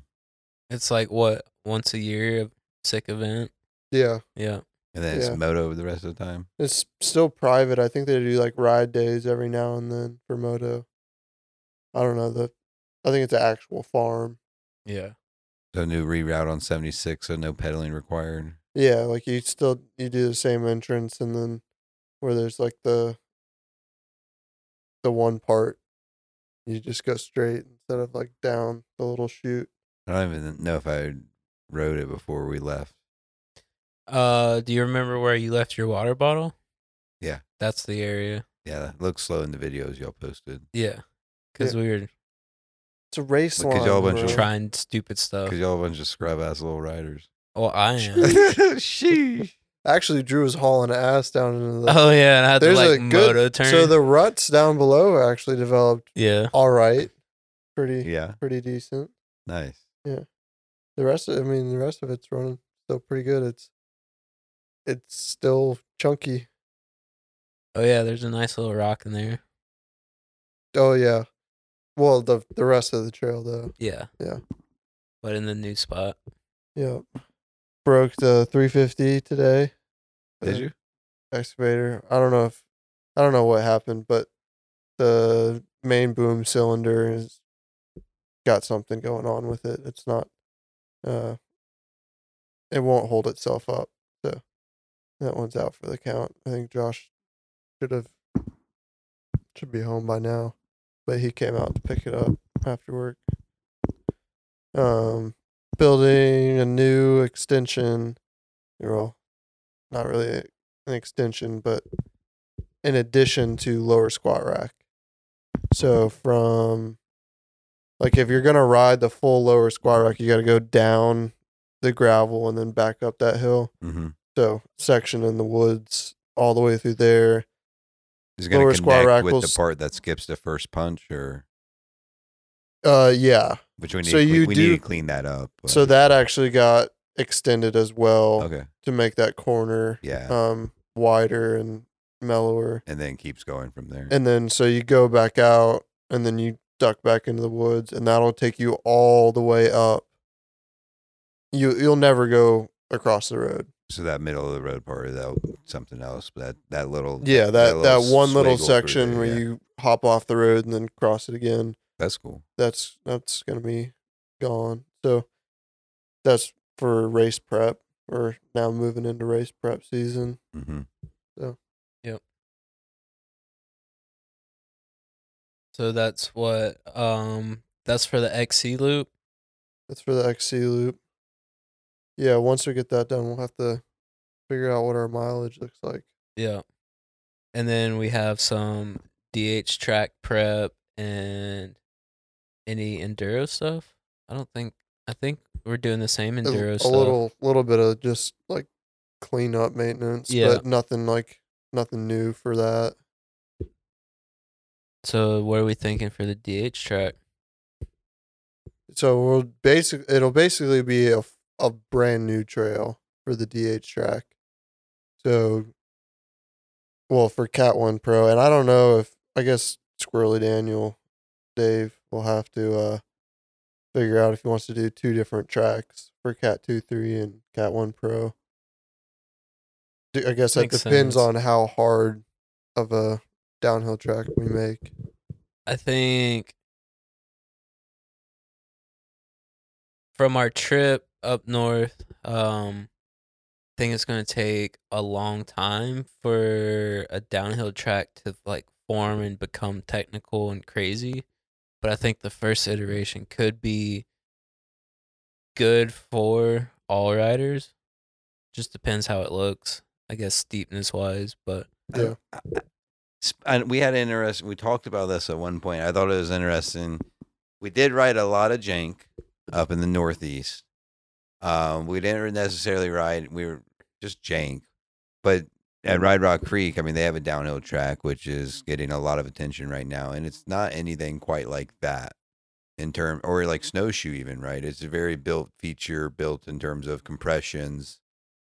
It's like what once a year, a sick event.
yeah
Yeah,
And then
Yeah.
it's moto the rest of the time.
It's still private. I think they do like ride days every now and then for moto. I don't know the. I think it's an actual farm.
yeah.
So new reroute on seventy six, so no pedaling required.
Yeah, like you still you do the same entrance and then where there's like the the one part you just go straight instead of like down the little chute.
I don't even know if I rode it before we left.
Uh, do you remember where you left your water bottle?
Yeah.
that's the area.
Yeah, that looks slow in the videos y'all posted.
Yeah, because we were
It's a race
Look at
line.
y'all bunch of
bro.
trying stupid
Oh.
stuff.
Because y'all a bunch of scrub ass little riders.
Well, I am.
Sheesh.
Actually, Drew was hauling ass down into the.
oh yeah, and I had to
There's a
like
good-
moto turn.
so the ruts down below are actually developed
yeah,
all right, pretty
Yeah,
pretty decent.
nice.
the rest of, I mean the rest of it's running still pretty good. It's it's still chunky.
oh yeah, there's a nice little rock in there.
Oh yeah. Well the the rest of the trail though.
Yeah,
Yeah.
but in the new spot.
Yeah. Broke the three fifty today.
Did
Uh,
you?
Excavator. I don't know if I don't know what happened, but the main boom cylinder is got something going on with it. It's not uh it won't hold itself up. So that one's out for the count. I think Josh should have should be home by now. But he came out to pick it up after work. Um building a new extension. Well, not really an extension, but in addition to lower squat rack. So from like if you're gonna ride the full lower squat rack, you got to go down the gravel and then back up that hill.
Mm-hmm.
So section in the woods all the way through there.
Is it going
Lower
to
squat rack
connect with
will
the
s-
part that skips the first punch, or
Uh, yeah.
which we need?
So
to cle-
you
we
do-
need to clean that up. but-
So that actually got extended as well
okay,
to make that corner
yeah,
um wider and mellower.
and then keeps going from there.
And then so you go back out and then you duck back into the woods and that'll take you all the way up. You you'll never go across the road.
so that middle of the road part, that something else, but that that little
Yeah, that
little
that one little
swiggle through
section
there,
where
yeah.
you hop off the road and then cross it again.
that's cool.
That's that's going to be gone. So that's for race prep. We're now moving into race prep season.
hmm
So that's what um that's for the XC loop.
That's for the XC loop. Yeah, once we get that done, we'll have to figure out what our mileage looks like.
Yeah. And then we have some DH track prep and any enduro stuff. I don't think I think we're doing the same
a,
enduro
a
stuff.
little little bit of just like cleanup maintenance
Yeah.
but nothing like nothing new for that
So what are we thinking for the DH track?
so we'll basic it'll basically be a, f- a brand new trail for the dh track so well for cat 1 pro and i don't know if i guess squirrely daniel dave will have to uh figure out if he wants to do two different tracks for cat 2 3 and cat 1 pro D- i guess that
Makes
depends
sense.
on how hard of a downhill track we make
I think from our trip, up north. Um, I think it's gonna take a long time for a downhill track to like form and become technical and crazy. But I think the first iteration could be good for all riders. Just depends how it looks, I guess steepness wise. But
Yeah.
Sp- And we had interest. We talked about this at one point. I thought it was interesting. We did ride a lot of jank up in the Northeast. Um, we didn't necessarily ride. We were just jank, but at Ride Rock Creek, I mean, they have a downhill track, which is getting a lot of attention right now, and it's not anything quite like that in term or like snowshoe even right. It's a very built feature built in terms of compressions,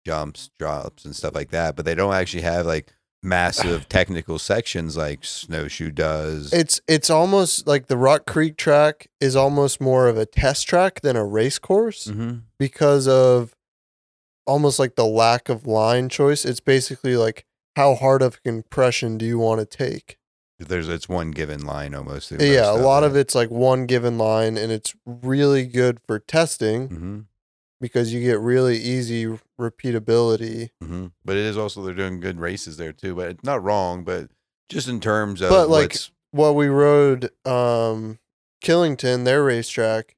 jumps, drops, and stuff like that. But they don't actually have like massive technical sections like snowshoe does.
It's it's almost like the Rock Creek track is almost more of a test track than a race course
mm-hmm.
because of almost like the lack of line choice. It's basically like how hard of compression do you want to take?
There's it's one given line almost.
yeah, a lot of it's like one given line and it's really good for testing
Mm-hmm.
because you get really easy repeatability.
hmm But it is also they're doing good races there too. But it's not wrong. But just in terms of
But, like,
what's-
Well, we rode um Killington, their racetrack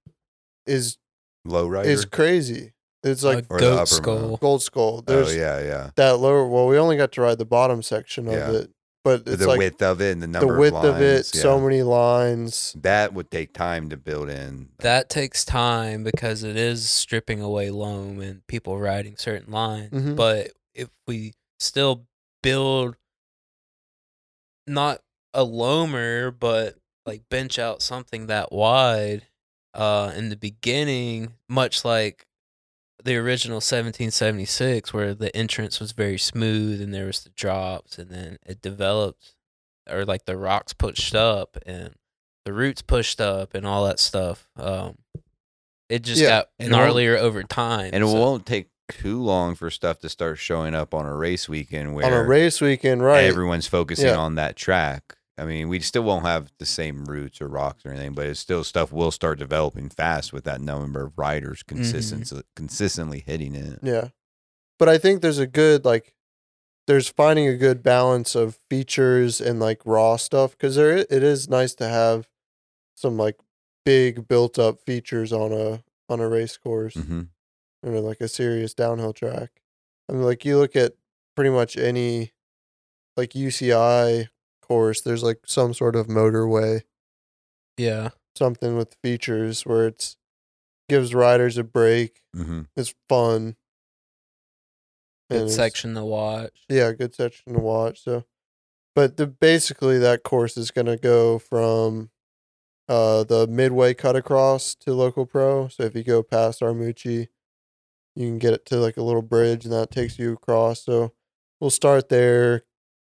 is
low rider.
is crazy. It's like
or
a
the upper
goat
mouth.
skull.
Gold Skull.
oh
There's
yeah, yeah.
that lower. Well, we only got to ride the bottom section of
Yeah.
it, but it's
the
like
width of it and the
the
number
width
of, lines,
of it.
yeah.
So many lines.
that would take time to build in.
That takes time because it is stripping away loam and people riding certain lines.
Mhm.
But if we still build not a loamer, but like bench out something that wide uh, in the beginning, much like the original 1776, where the entrance was very smooth and there was the drops, and then it developed, or like the rocks pushed up and the roots pushed up and all that stuff. Um, it just
Yeah,
got
and all-
gnarlier over time.
and it
so-
won't take too long for stuff to start showing up on a race weekend where
on a race weekend, right?
everyone's focusing
Yeah.
on that track. I mean, we still won't have the same roots or rocks or anything, but it's still stuff will start developing fast with that number of riders
Mm-hmm.
consistently consistently hitting it.
yeah, but I think there's a good like, there's finding a good balance of features and like raw stuff because there i- it is nice to have some like big built up features on a on a race course.
hmm
you know, like a serious downhill track. I mean, like you look at pretty much any like UCI course, there's like some sort of motorway,
Yeah.
something with features where it's gives riders a break.
hmm
It's fun. and
Good
it's-
section to watch.
Yeah, good section to watch. So, but the basically that course is going to go from uh the midway cut across to local pro. So if you go past Armucci, you can get it to like a little bridge, and that takes you across. So we'll start there,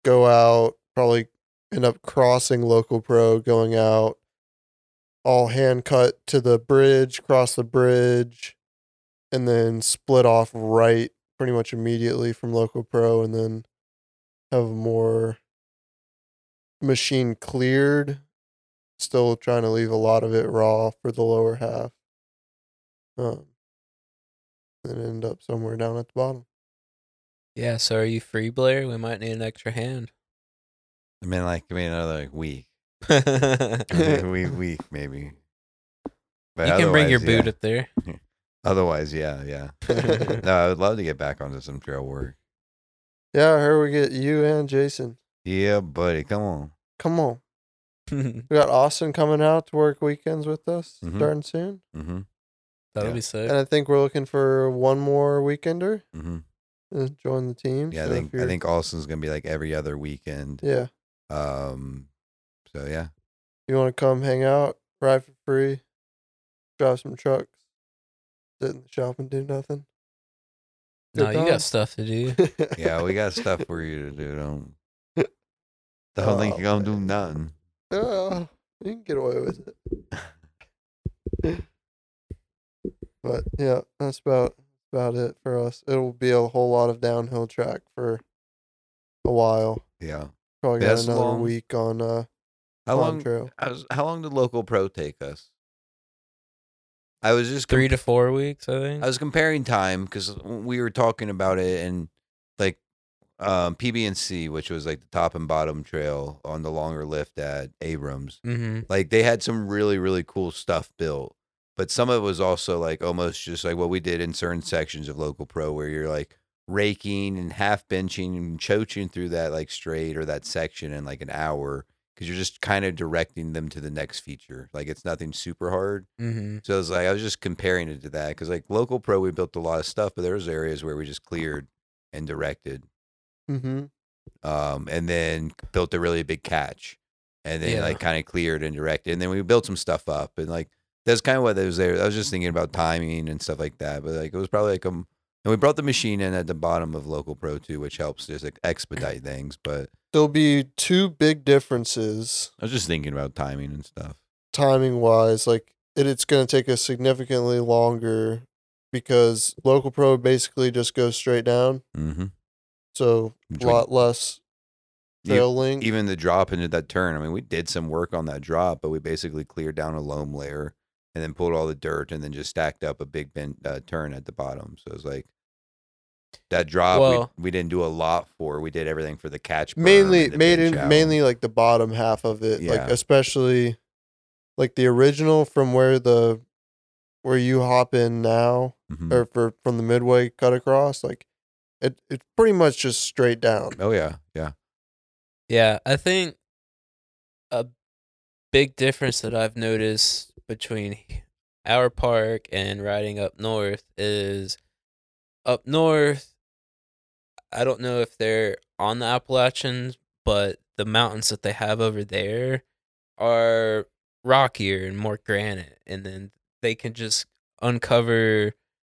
go out, probably end up crossing local pro, going out, all hand cut to the bridge, cross the bridge, and then split off right pretty much immediately from local pro and then have a more machine cleared still trying to leave a lot of it raw for the lower half um, and end up somewhere down at the bottom
Yeah. So are you free, Blair? We might need an extra hand.
I mean, like, I mean, another like, week,
you
we week maybe. But
can bring your
otherwise,
boot
yeah.
up there.
Otherwise, yeah, yeah. No, I would love to get back onto some trail work.
yeah here we get you and jason
Yeah, buddy, come on.
come on
That'll
we got austin coming out to work weekends with us
Mhm.
starting soon
Mm-hmm. Yeah.
be sick.
and i think we're looking for one more weekender
Mm-hmm.
to join the team
Yeah, I
So if
think I
you're-
think Austin's gonna be like every other weekend.
yeah
Um, so yeah,
You want to come hang out, ride for free, drive some trucks, sit in the shop and do nothing?
no, you got
Good
stuff to do.
time.
yeah, we got stuff for you to do. Don't don't think you're gonna do nothing.
Oh, you can get away with it. but yeah, that's about about it for us. It'll be a whole lot of downhill track for a while.
Yeah.
Probably got
That's
another
long.
week on uh
How
on
long?
trail.
How's, how long did local pro take us? I was just
three to four weeks, I think.
I was comparing time because we were talking about it and like um, PB and C, which was like the top and bottom trail on the longer lift at Abrams.
mm-hmm.
Like they had some really really cool stuff built, but some of it was also like almost just like what we did in certain sections of local pro, where you're like raking and half benching and choaching through that like straight or that section in like an hour because you're just kind of directing them to the next feature. Like it's nothing super hard.
Mm-hmm.
So I was like, I was just comparing it to that because like local pro, we built a lot of stuff, but there was areas where we just cleared and directed,
Mm-hmm.
um, and then built a really big catch, and then
Yeah.
like kind of cleared and directed, and then we built some stuff up, and like that's kind of what I was there. I was just thinking about timing and stuff like that, but like it was probably like um, and we brought the machine in at the bottom of local pro too, which helps just like, expedite things. But
There'll be two big differences
I was just thinking about timing and stuff.
timing wise, like it, it's going to take us significantly longer because local pro basically just goes straight down,
Mm-hmm.
so a lot less failing.
even the drop into that turn. I mean, we did some work on that drop, but we basically cleared down a loam layer and then pulled all the dirt and then just stacked up a big bend, uh, turn at the bottom. So it's like that drop
Well-
we, we didn't do a lot for. We did everything for the catch. berm
mainly
and the
made
bench
in
out.
mainly like the bottom half of it,
Yeah.
like especially like the original from where the where you hop in now
Mhm.
or for from the midway cut across, like it it's pretty much just straight down.
Oh yeah, yeah.
Yeah, I think a big difference that I've noticed between he- our park and riding up north is up north. I don't know if they're on the Appalachians, but the mountains that they have over there are rockier and more granite, and then they can just uncover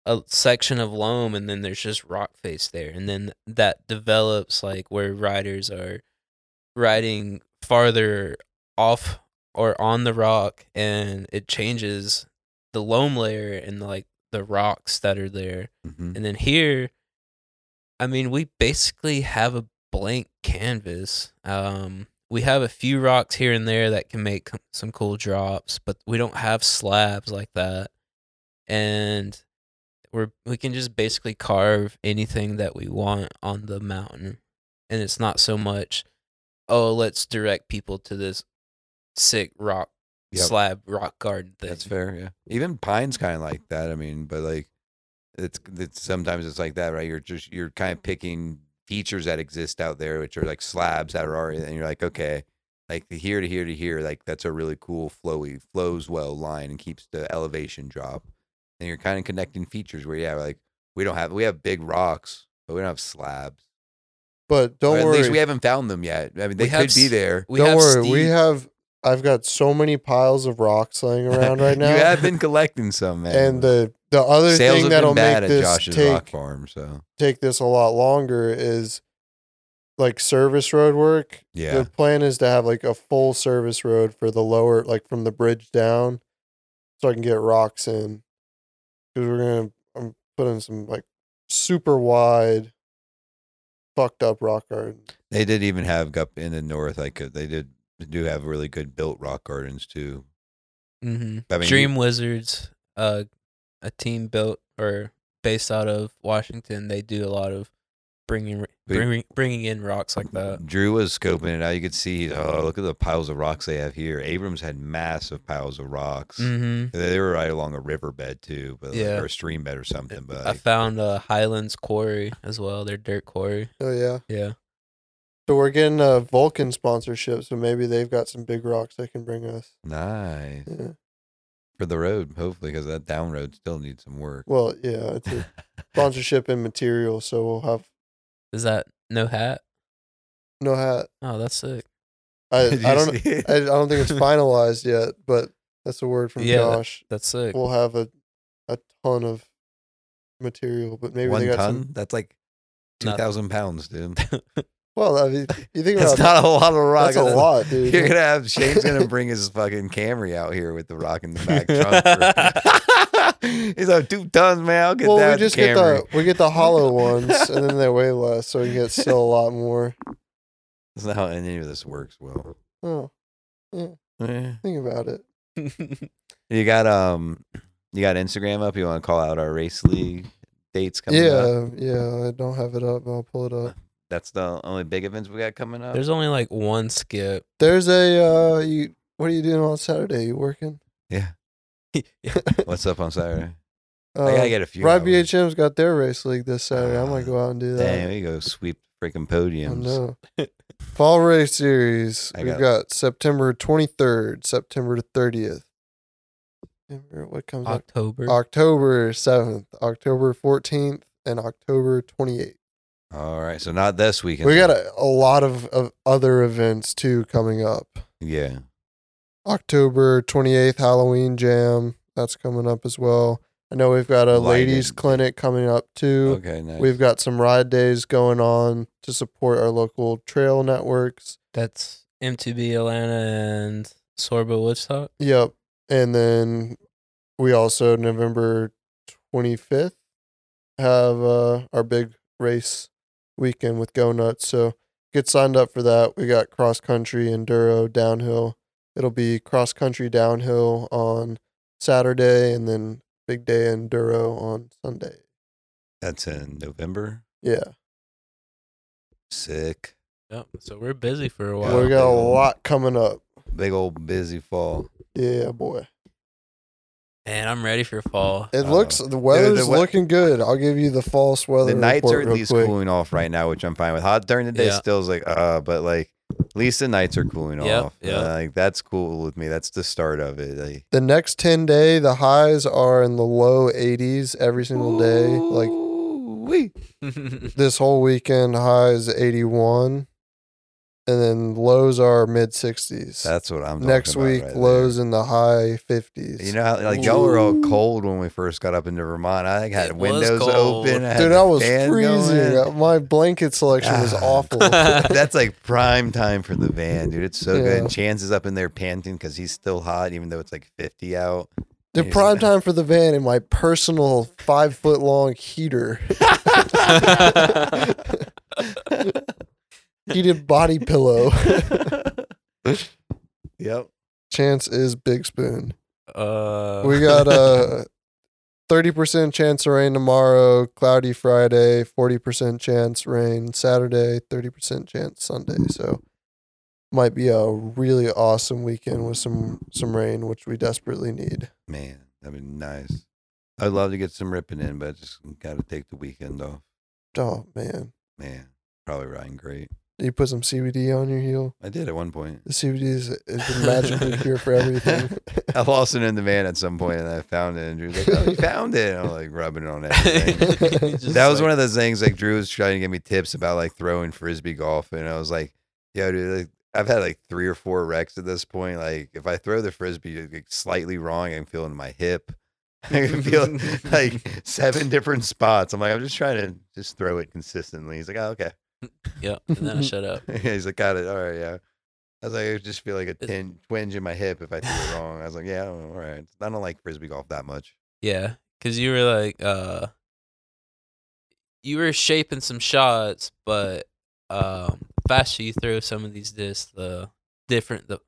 a section of loam, and then there's just rock face there, and then that develops like where riders are riding farther off or on the rock and it changes the loam layer and like the rocks that are there
Mhm.
and then here i mean we basically have a blank canvas um we have a few rocks here and there that can make some cool drops but we don't have slabs like that and we're we can just basically carve anything that we want on the mountain and it's not so much oh let's direct people to this sick rock
Yep.
slab rock garden thing
That's fair. Yeah. Even pine's kind of like that. I mean, but like it's, it's sometimes it's like that, right? You're just you're kind of picking features that exist out there, which are like slabs that are already, and you're like, okay, like the here to here to here, like that's a really cool flowy flows well line and keeps the elevation drop. And you're kind of connecting features where yeah, like we don't have we have big rocks, but we don't have slabs.
But
Or
don't
at
worry.
least we haven't found them yet. I mean, they
We have
could be
s-
there.
we
don't
have
worry. We
steep-
have I've got so many piles of rocks laying around right now.
you have been collecting some, man.
and the the other
Sales
thing
have
that'll
been bad
make
at
this
Josh's rock
take
farm, so
take this a lot longer is like service road work.
yeah.
The plan is to have like a full service road for the lower, like from the bridge down, so I can get rocks in. Because we're gonna, I'm putting some like super wide, fucked up rock garden.
They did even have up in the north. Like uh, they did do have really good built rock gardens too.
Mm-hmm.
I mean,
Dream Wizards, uh, a team built or based out of Washington, they do a lot of bringing bringing bringing in rocks like that.
Drew was scoping it out. You could see, oh, look at the piles of rocks they have here. Abrams had massive piles of rocks.
Mm-hmm.
They were right along a riverbed too, but like,
Yeah.
or a stream bed or something. But
I
like,
found uh, Highlands Quarry as well. Their dirt quarry.
Oh yeah.
Yeah.
So we're getting a Vulcan sponsorship, so maybe they've got some big rocks they can bring us.
nice
Yeah.
for the road, hopefully, because that down road still needs some work.
Well, yeah, it's a sponsorship and material, so we'll have
Is that no hat?
no hat.
Oh, that's sick.
I,
Did
I
you
don't.
see it?
I, I don't think it's finalized yet, but that's a word from
Yeah, that-
Josh.
That's sick.
we'll have a a ton of material, but maybe
One
they got
ton?
some.
That's like two
Not-
thousand pounds, dude.
Well, I mean, you think about
That's not a lot of rock.
that's a lot, dude.
You're gonna have Shane's gonna bring his fucking Camry out here with the rock in the back trunk. for- He's like two tons, man. I'll get
well,
that
we just get
Camry.
the we get the hollow ones, and then they weigh less, so we can get still a lot more.
That's not how any of this works. Well,
Oh, think about it.
you got um, You got Instagram up? You want to call out our race league dates coming
yeah,
up?
yeah. I don't have it up. I'll pull it up.
That's the only big events we got coming up.
There's only like one skip.
There's a uh, you. What are you doing on Saturday? You working?
yeah. What's up on Saturday?
Uh,
I gotta get a few.
Ride
hours. Ah,
BHM's got their race league this Saturday. I'm gonna go out and do that.
Damn, we go sweep freaking podiums.
uh, I know. Fall race series.
I
We've
got-
got September 23rd, September 30th. Remember What comes up?
October.
October 7th, October 14th, and October 28th.
All right, so not this weekend.
We
though.
got a, a lot of, of other events too coming up.
yeah.
October 28th, Halloween Jam. That's coming up as well. I know we've got a
Lighted.
ladies' clinic coming up too.
Okay, nice.
We've got some ride days going on to support our local trail networks.
That's MTB Atlanta and Sorbo Woodstock.
Yep. And then we also November 25th have uh, our big race weekend with Go Nuts. So get signed up for that. We got cross country, enduro, downhill. It'll be cross country downhill on Saturday and then big day enduro on Sunday.
That's in November.
Yeah.
Sick.
Yep. So we're busy for a
Wow.
while.
We got a
Dude.
lot coming up.
Big old busy fall.
Yeah, boy.
And I'm ready for fall.
It
Uh,
looks the weather's
the we-
looking good. I'll give you the false weather.
the nights
report
are at
real
least
quick.
cooling off right now, which I'm fine with. Hot during the day
Yeah.
still is like uh, but like at least the nights are cooling
Yep,
off.
yep.
Uh, like that's cool with me. That's the start of it. Like,
The next 10 day, the highs are in the low 80s every single day. Like
Ooh-wee.
this whole weekend, highs 81. And then lows are mid 60s.
that's what I'm talking
Next
about
week,
right there.
lows in the high 50s.
You know, how, like y'all were all
Ooh.
cold when we first got up into Vermont. I like, had
It was
windows
cold.
open. I had
Dude,
the
I was
fan
freezing. Uh,
going. Ah,
My blanket selection was
God.
awful.
That's like prime time for the van, dude. It's so
Yeah.
good. Chance is up in there panting because he's still hot, even though it's like 50 out.
the prime time for the van in my personal five foot long heater, heated body pillow.
yep.
Chance is Big Spoon.
uh,
we got a 30% chance of rain tomorrow, cloudy Friday, 40% chance rain Saturday, 30% chance Sunday. So might be a really awesome weekend with some some rain which we desperately need.
Man, that'd be nice. I'd love to get some ripping in, but just got to take the weekend off.
Oh man.
Man, probably riding great.
You put some CBD on your heel.
I did at one point.
The CBD is, is the magical cure for everything.
I lost it in the van at some point and I found it. And Drew's like, oh, you found it. And I'm like rubbing it on everything. that was one of those things like Drew was trying to give me tips about like throwing frisbee golf, and I was like, "Yo, dude, like, I've had like three or four wrecks at this point. Like, if I throw the frisbee like, slightly wrong, I can feel it in my hip. I can feel it, like seven different spots. I'm like, I'm just trying to just throw it consistently. He's like, "Oh, okay."
Yep. And then I shut up.
He's like, "Got it. All right, yeah." I was like, I just feel like a
It's-
tin twinge in my hip if I threw it wrong. I was like, "Yeah, all right." I don't like frisbee golf that much.
Yeah, because you were like, uh, you were shaping some shots, but um, faster you throw some of these discs, the different the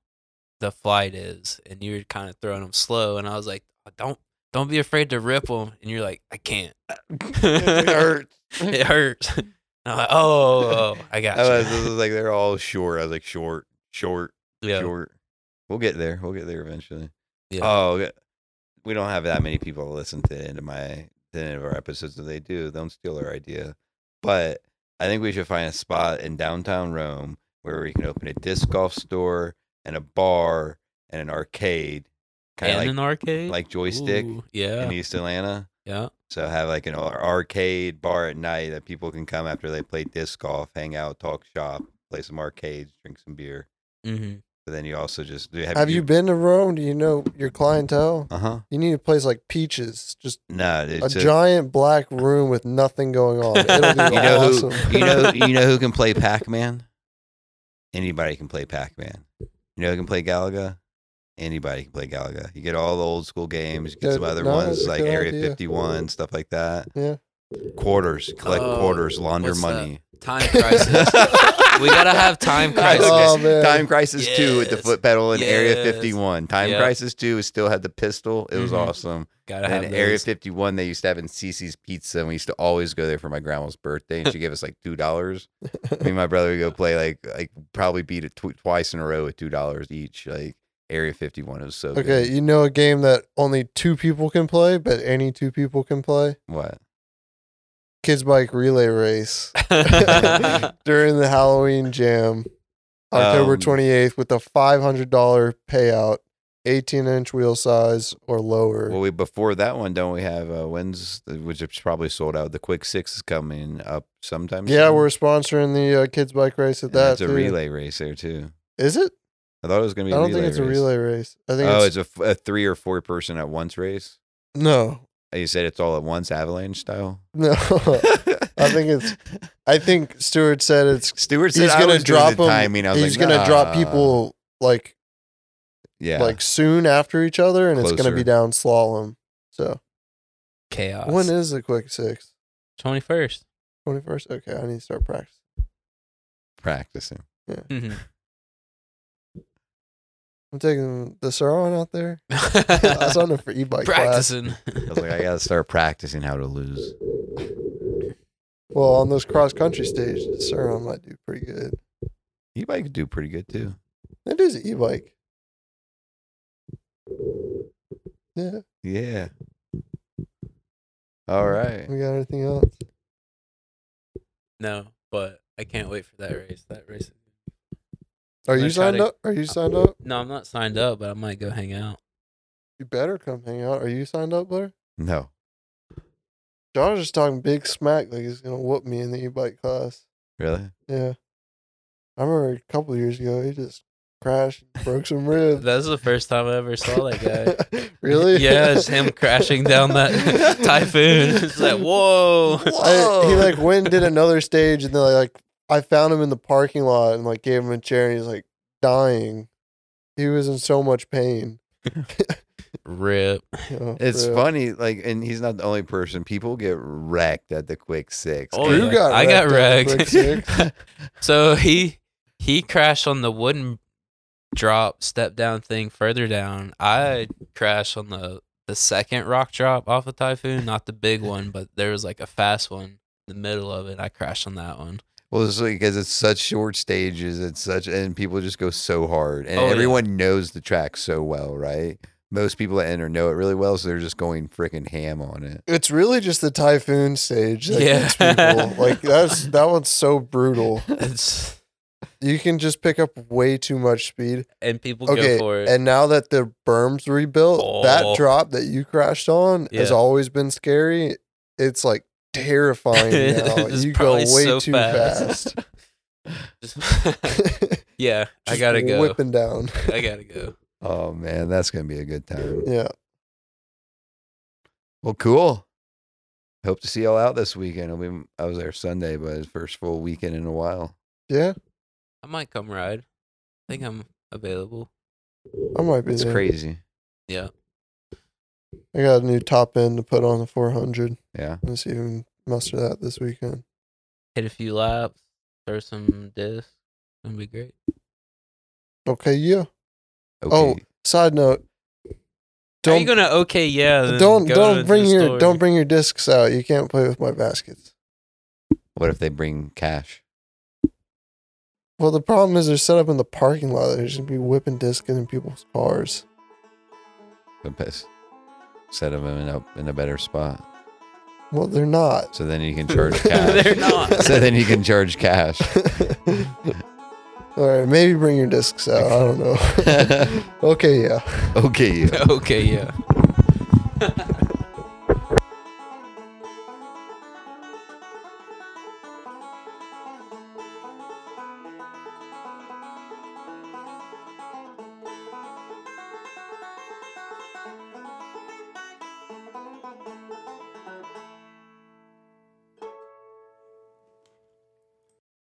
the flight is, and you were kind of throwing them slow, and I was like, don't don't be afraid to rip them, and you're like, I can't.
It hurts.
It hurts. And I'm like, oh, oh, I got
I was,
you.
this was like they're all short. I was like short, short,
Yeah.
short. We'll get there. We'll get there eventually.
Yeah.
Oh, yeah. we don't have that many people listen to the end of my the end of our episodes. If they do, don't steal our idea. But I think we should find a spot in downtown Rome where we can open a disc golf store and a bar and an arcade, kind
And
of like
an arcade,
like joystick
Ooh, yeah,
in East Atlanta.
yeah.
So have like an ar- arcade bar at night that people can come after they play disc golf, hang out, talk shop, play some arcades, drink some beer.
Mm-hmm.
But then you also just
Have you been to Rome? Do you know your clientele?
Uh huh.
You need a place like Peaches, just
No,
a
it's a-
giant black room with nothing going on. It'll be
you know
awesome.
who you know you know who can play Pac Man. Anybody can play Pac Man. You know who can play Galaga. Anybody can play Galaga. You get all the old school games. You get
Good.
some other
No, that's
ones
a
like
good
Area
idea.
Fifty One stuff like that.
Yeah.
Quarters, collect
Oh,
quarters, launder
what's that?
money.
Time crisis. we gotta have time crisis.
Oh, man.
Time Crisis 2 with the
Yes.
foot pedal in Area
Yes.
51. Time
Yep.
Crisis 2 is still had the pistol. It was
Mhm.
awesome.
gotta
And
have
then Area
those.
51, they used to have in Cece's Pizza, and we used to always go there for my grandma's birthday, and she gave us like $2. Me and my brother would go play, like, like probably beat it tw- twice in a row with $2 each. Like, Area 51 it was so good.
Okay, you know a game that only two people can play, but any two people can play?
What?
Kids Bike Relay Race during the Halloween Jam, October
Um,
28th, with a $500 payout, 18 inch wheel size or lower.
Well, we before that one, don't we have uh, wins, which is probably sold out? The Quick Six is coming up sometime.
yeah,
soon.
we're sponsoring the uh, Kids Bike Race at
And
that.
That's a
too.
relay race there, too.
Is it?
I thought it was going
I
to be a
don't
relay
think it's a
race.
relay race. I think
oh,
it's,
it's, a f- a, three or four person at once race.
no,
You said it's all at once, avalanche style.
no.
I
think it's- I think Stewart said it's
Stewart said
he's
I
gonna
was
drop
doing the
them.
timing. I was
he's
like,
gonna drop
"Nah."
people like
Yeah,
like soon after each other, and it's gonna
Closer.
be down slalom. So
Chaos.
when is the quick six?
twenty first?
Twenty first. Okay, I need to start practicing.
practicing.
Mm-hmm.
I'm taking the Saron out there. I
Practicing.
signed up for e bike class.
I was like, I gotta start practicing how to lose.
Well, on those cross country stages, the Saron might do pretty good.
You might do pretty good too.
That is an e bike. Yeah.
Yeah. All right.
We got anything else?
No, but I can't wait for that race. That race.
Are
I'm
you
gonna try
signed
to-
up? Are you signed up?
No, I'm not signed up, but I might go hang out.
You better come hang out. Are you signed up, Blair?
No.
Josh is talking big smack like he's gonna whoop me in the e bike class.
Really?
Yeah. I remember a couple of years ago, he just crashed, broke some ribs.
That's the first time I ever saw that guy.
really?
yeah, it's him crashing down that typhoon. It's like, whoa.
I- he like went and did another stage, and then I, like I found him in the parking lot and like gave him a chair, and he's like dying. He was in so much pain.
Rip.
you know,
It's
for real.
funny, like, and he's not the only person. People get wrecked at the quick six.
Oh,
Drew
yeah.
got
I got
wrecked at the
wrecked.
quick six.
So he he crashed on the wooden drop step down thing further down. I crashed on the the second rock drop off of Typhoon, not the big one, but there was like a fast one in the middle of it. I crashed on that one.
Well, it's because it's such short stages, it's such, and people just go so hard, and
Oh, yeah.
everyone knows the track so well, right? Most people that enter know it really well, so they're just going freaking ham on it.
It's really just the typhoon stage that
Yeah.
gets people. Like that's that one's so brutal.
It's
You can just pick up way too much speed.
and people
Okay,
go for it.
And now that the berms rebuilt, that
Oh.
drop that you crashed on has
Yeah.
always been scary. It's like terrifying now.
It's
you go way
probably so
too fast.
fast. Just- yeah, I
Just
gotta go.
Whipping down.
I gotta go.
Oh man, that's gonna be a good time.
Yeah.
Well, cool. Hope to see y'all out this weekend. I mean, I was there Sunday, but it's first full weekend in a while.
Yeah.
I might come ride. I think I'm available.
I might be
It's
there.
crazy.
Yeah.
I got a new top end to put on the 400.
Yeah.
Let's see if we can muster that this weekend.
Hit a few laps, throw some discs. It'll be great.
Okay. Yeah.
Okay.
Oh, Side note.
Are you
Don't
gonna okay? Yeah. then
don't
go to
don't
the
bring your
store?
don't bring your discs out. You can't play with my baskets.
what if they bring cash?
Well, the problem is they're set up in the parking lot. They're just gonna be whipping discs in people's cars.
The piss. Set them in a, in a better spot,
Well, they're not.
so then you can charge cash.
They're not.
so then you can charge cash.
All right, maybe bring your discs out. I don't know. okay, yeah.
okay.
okay. Yeah.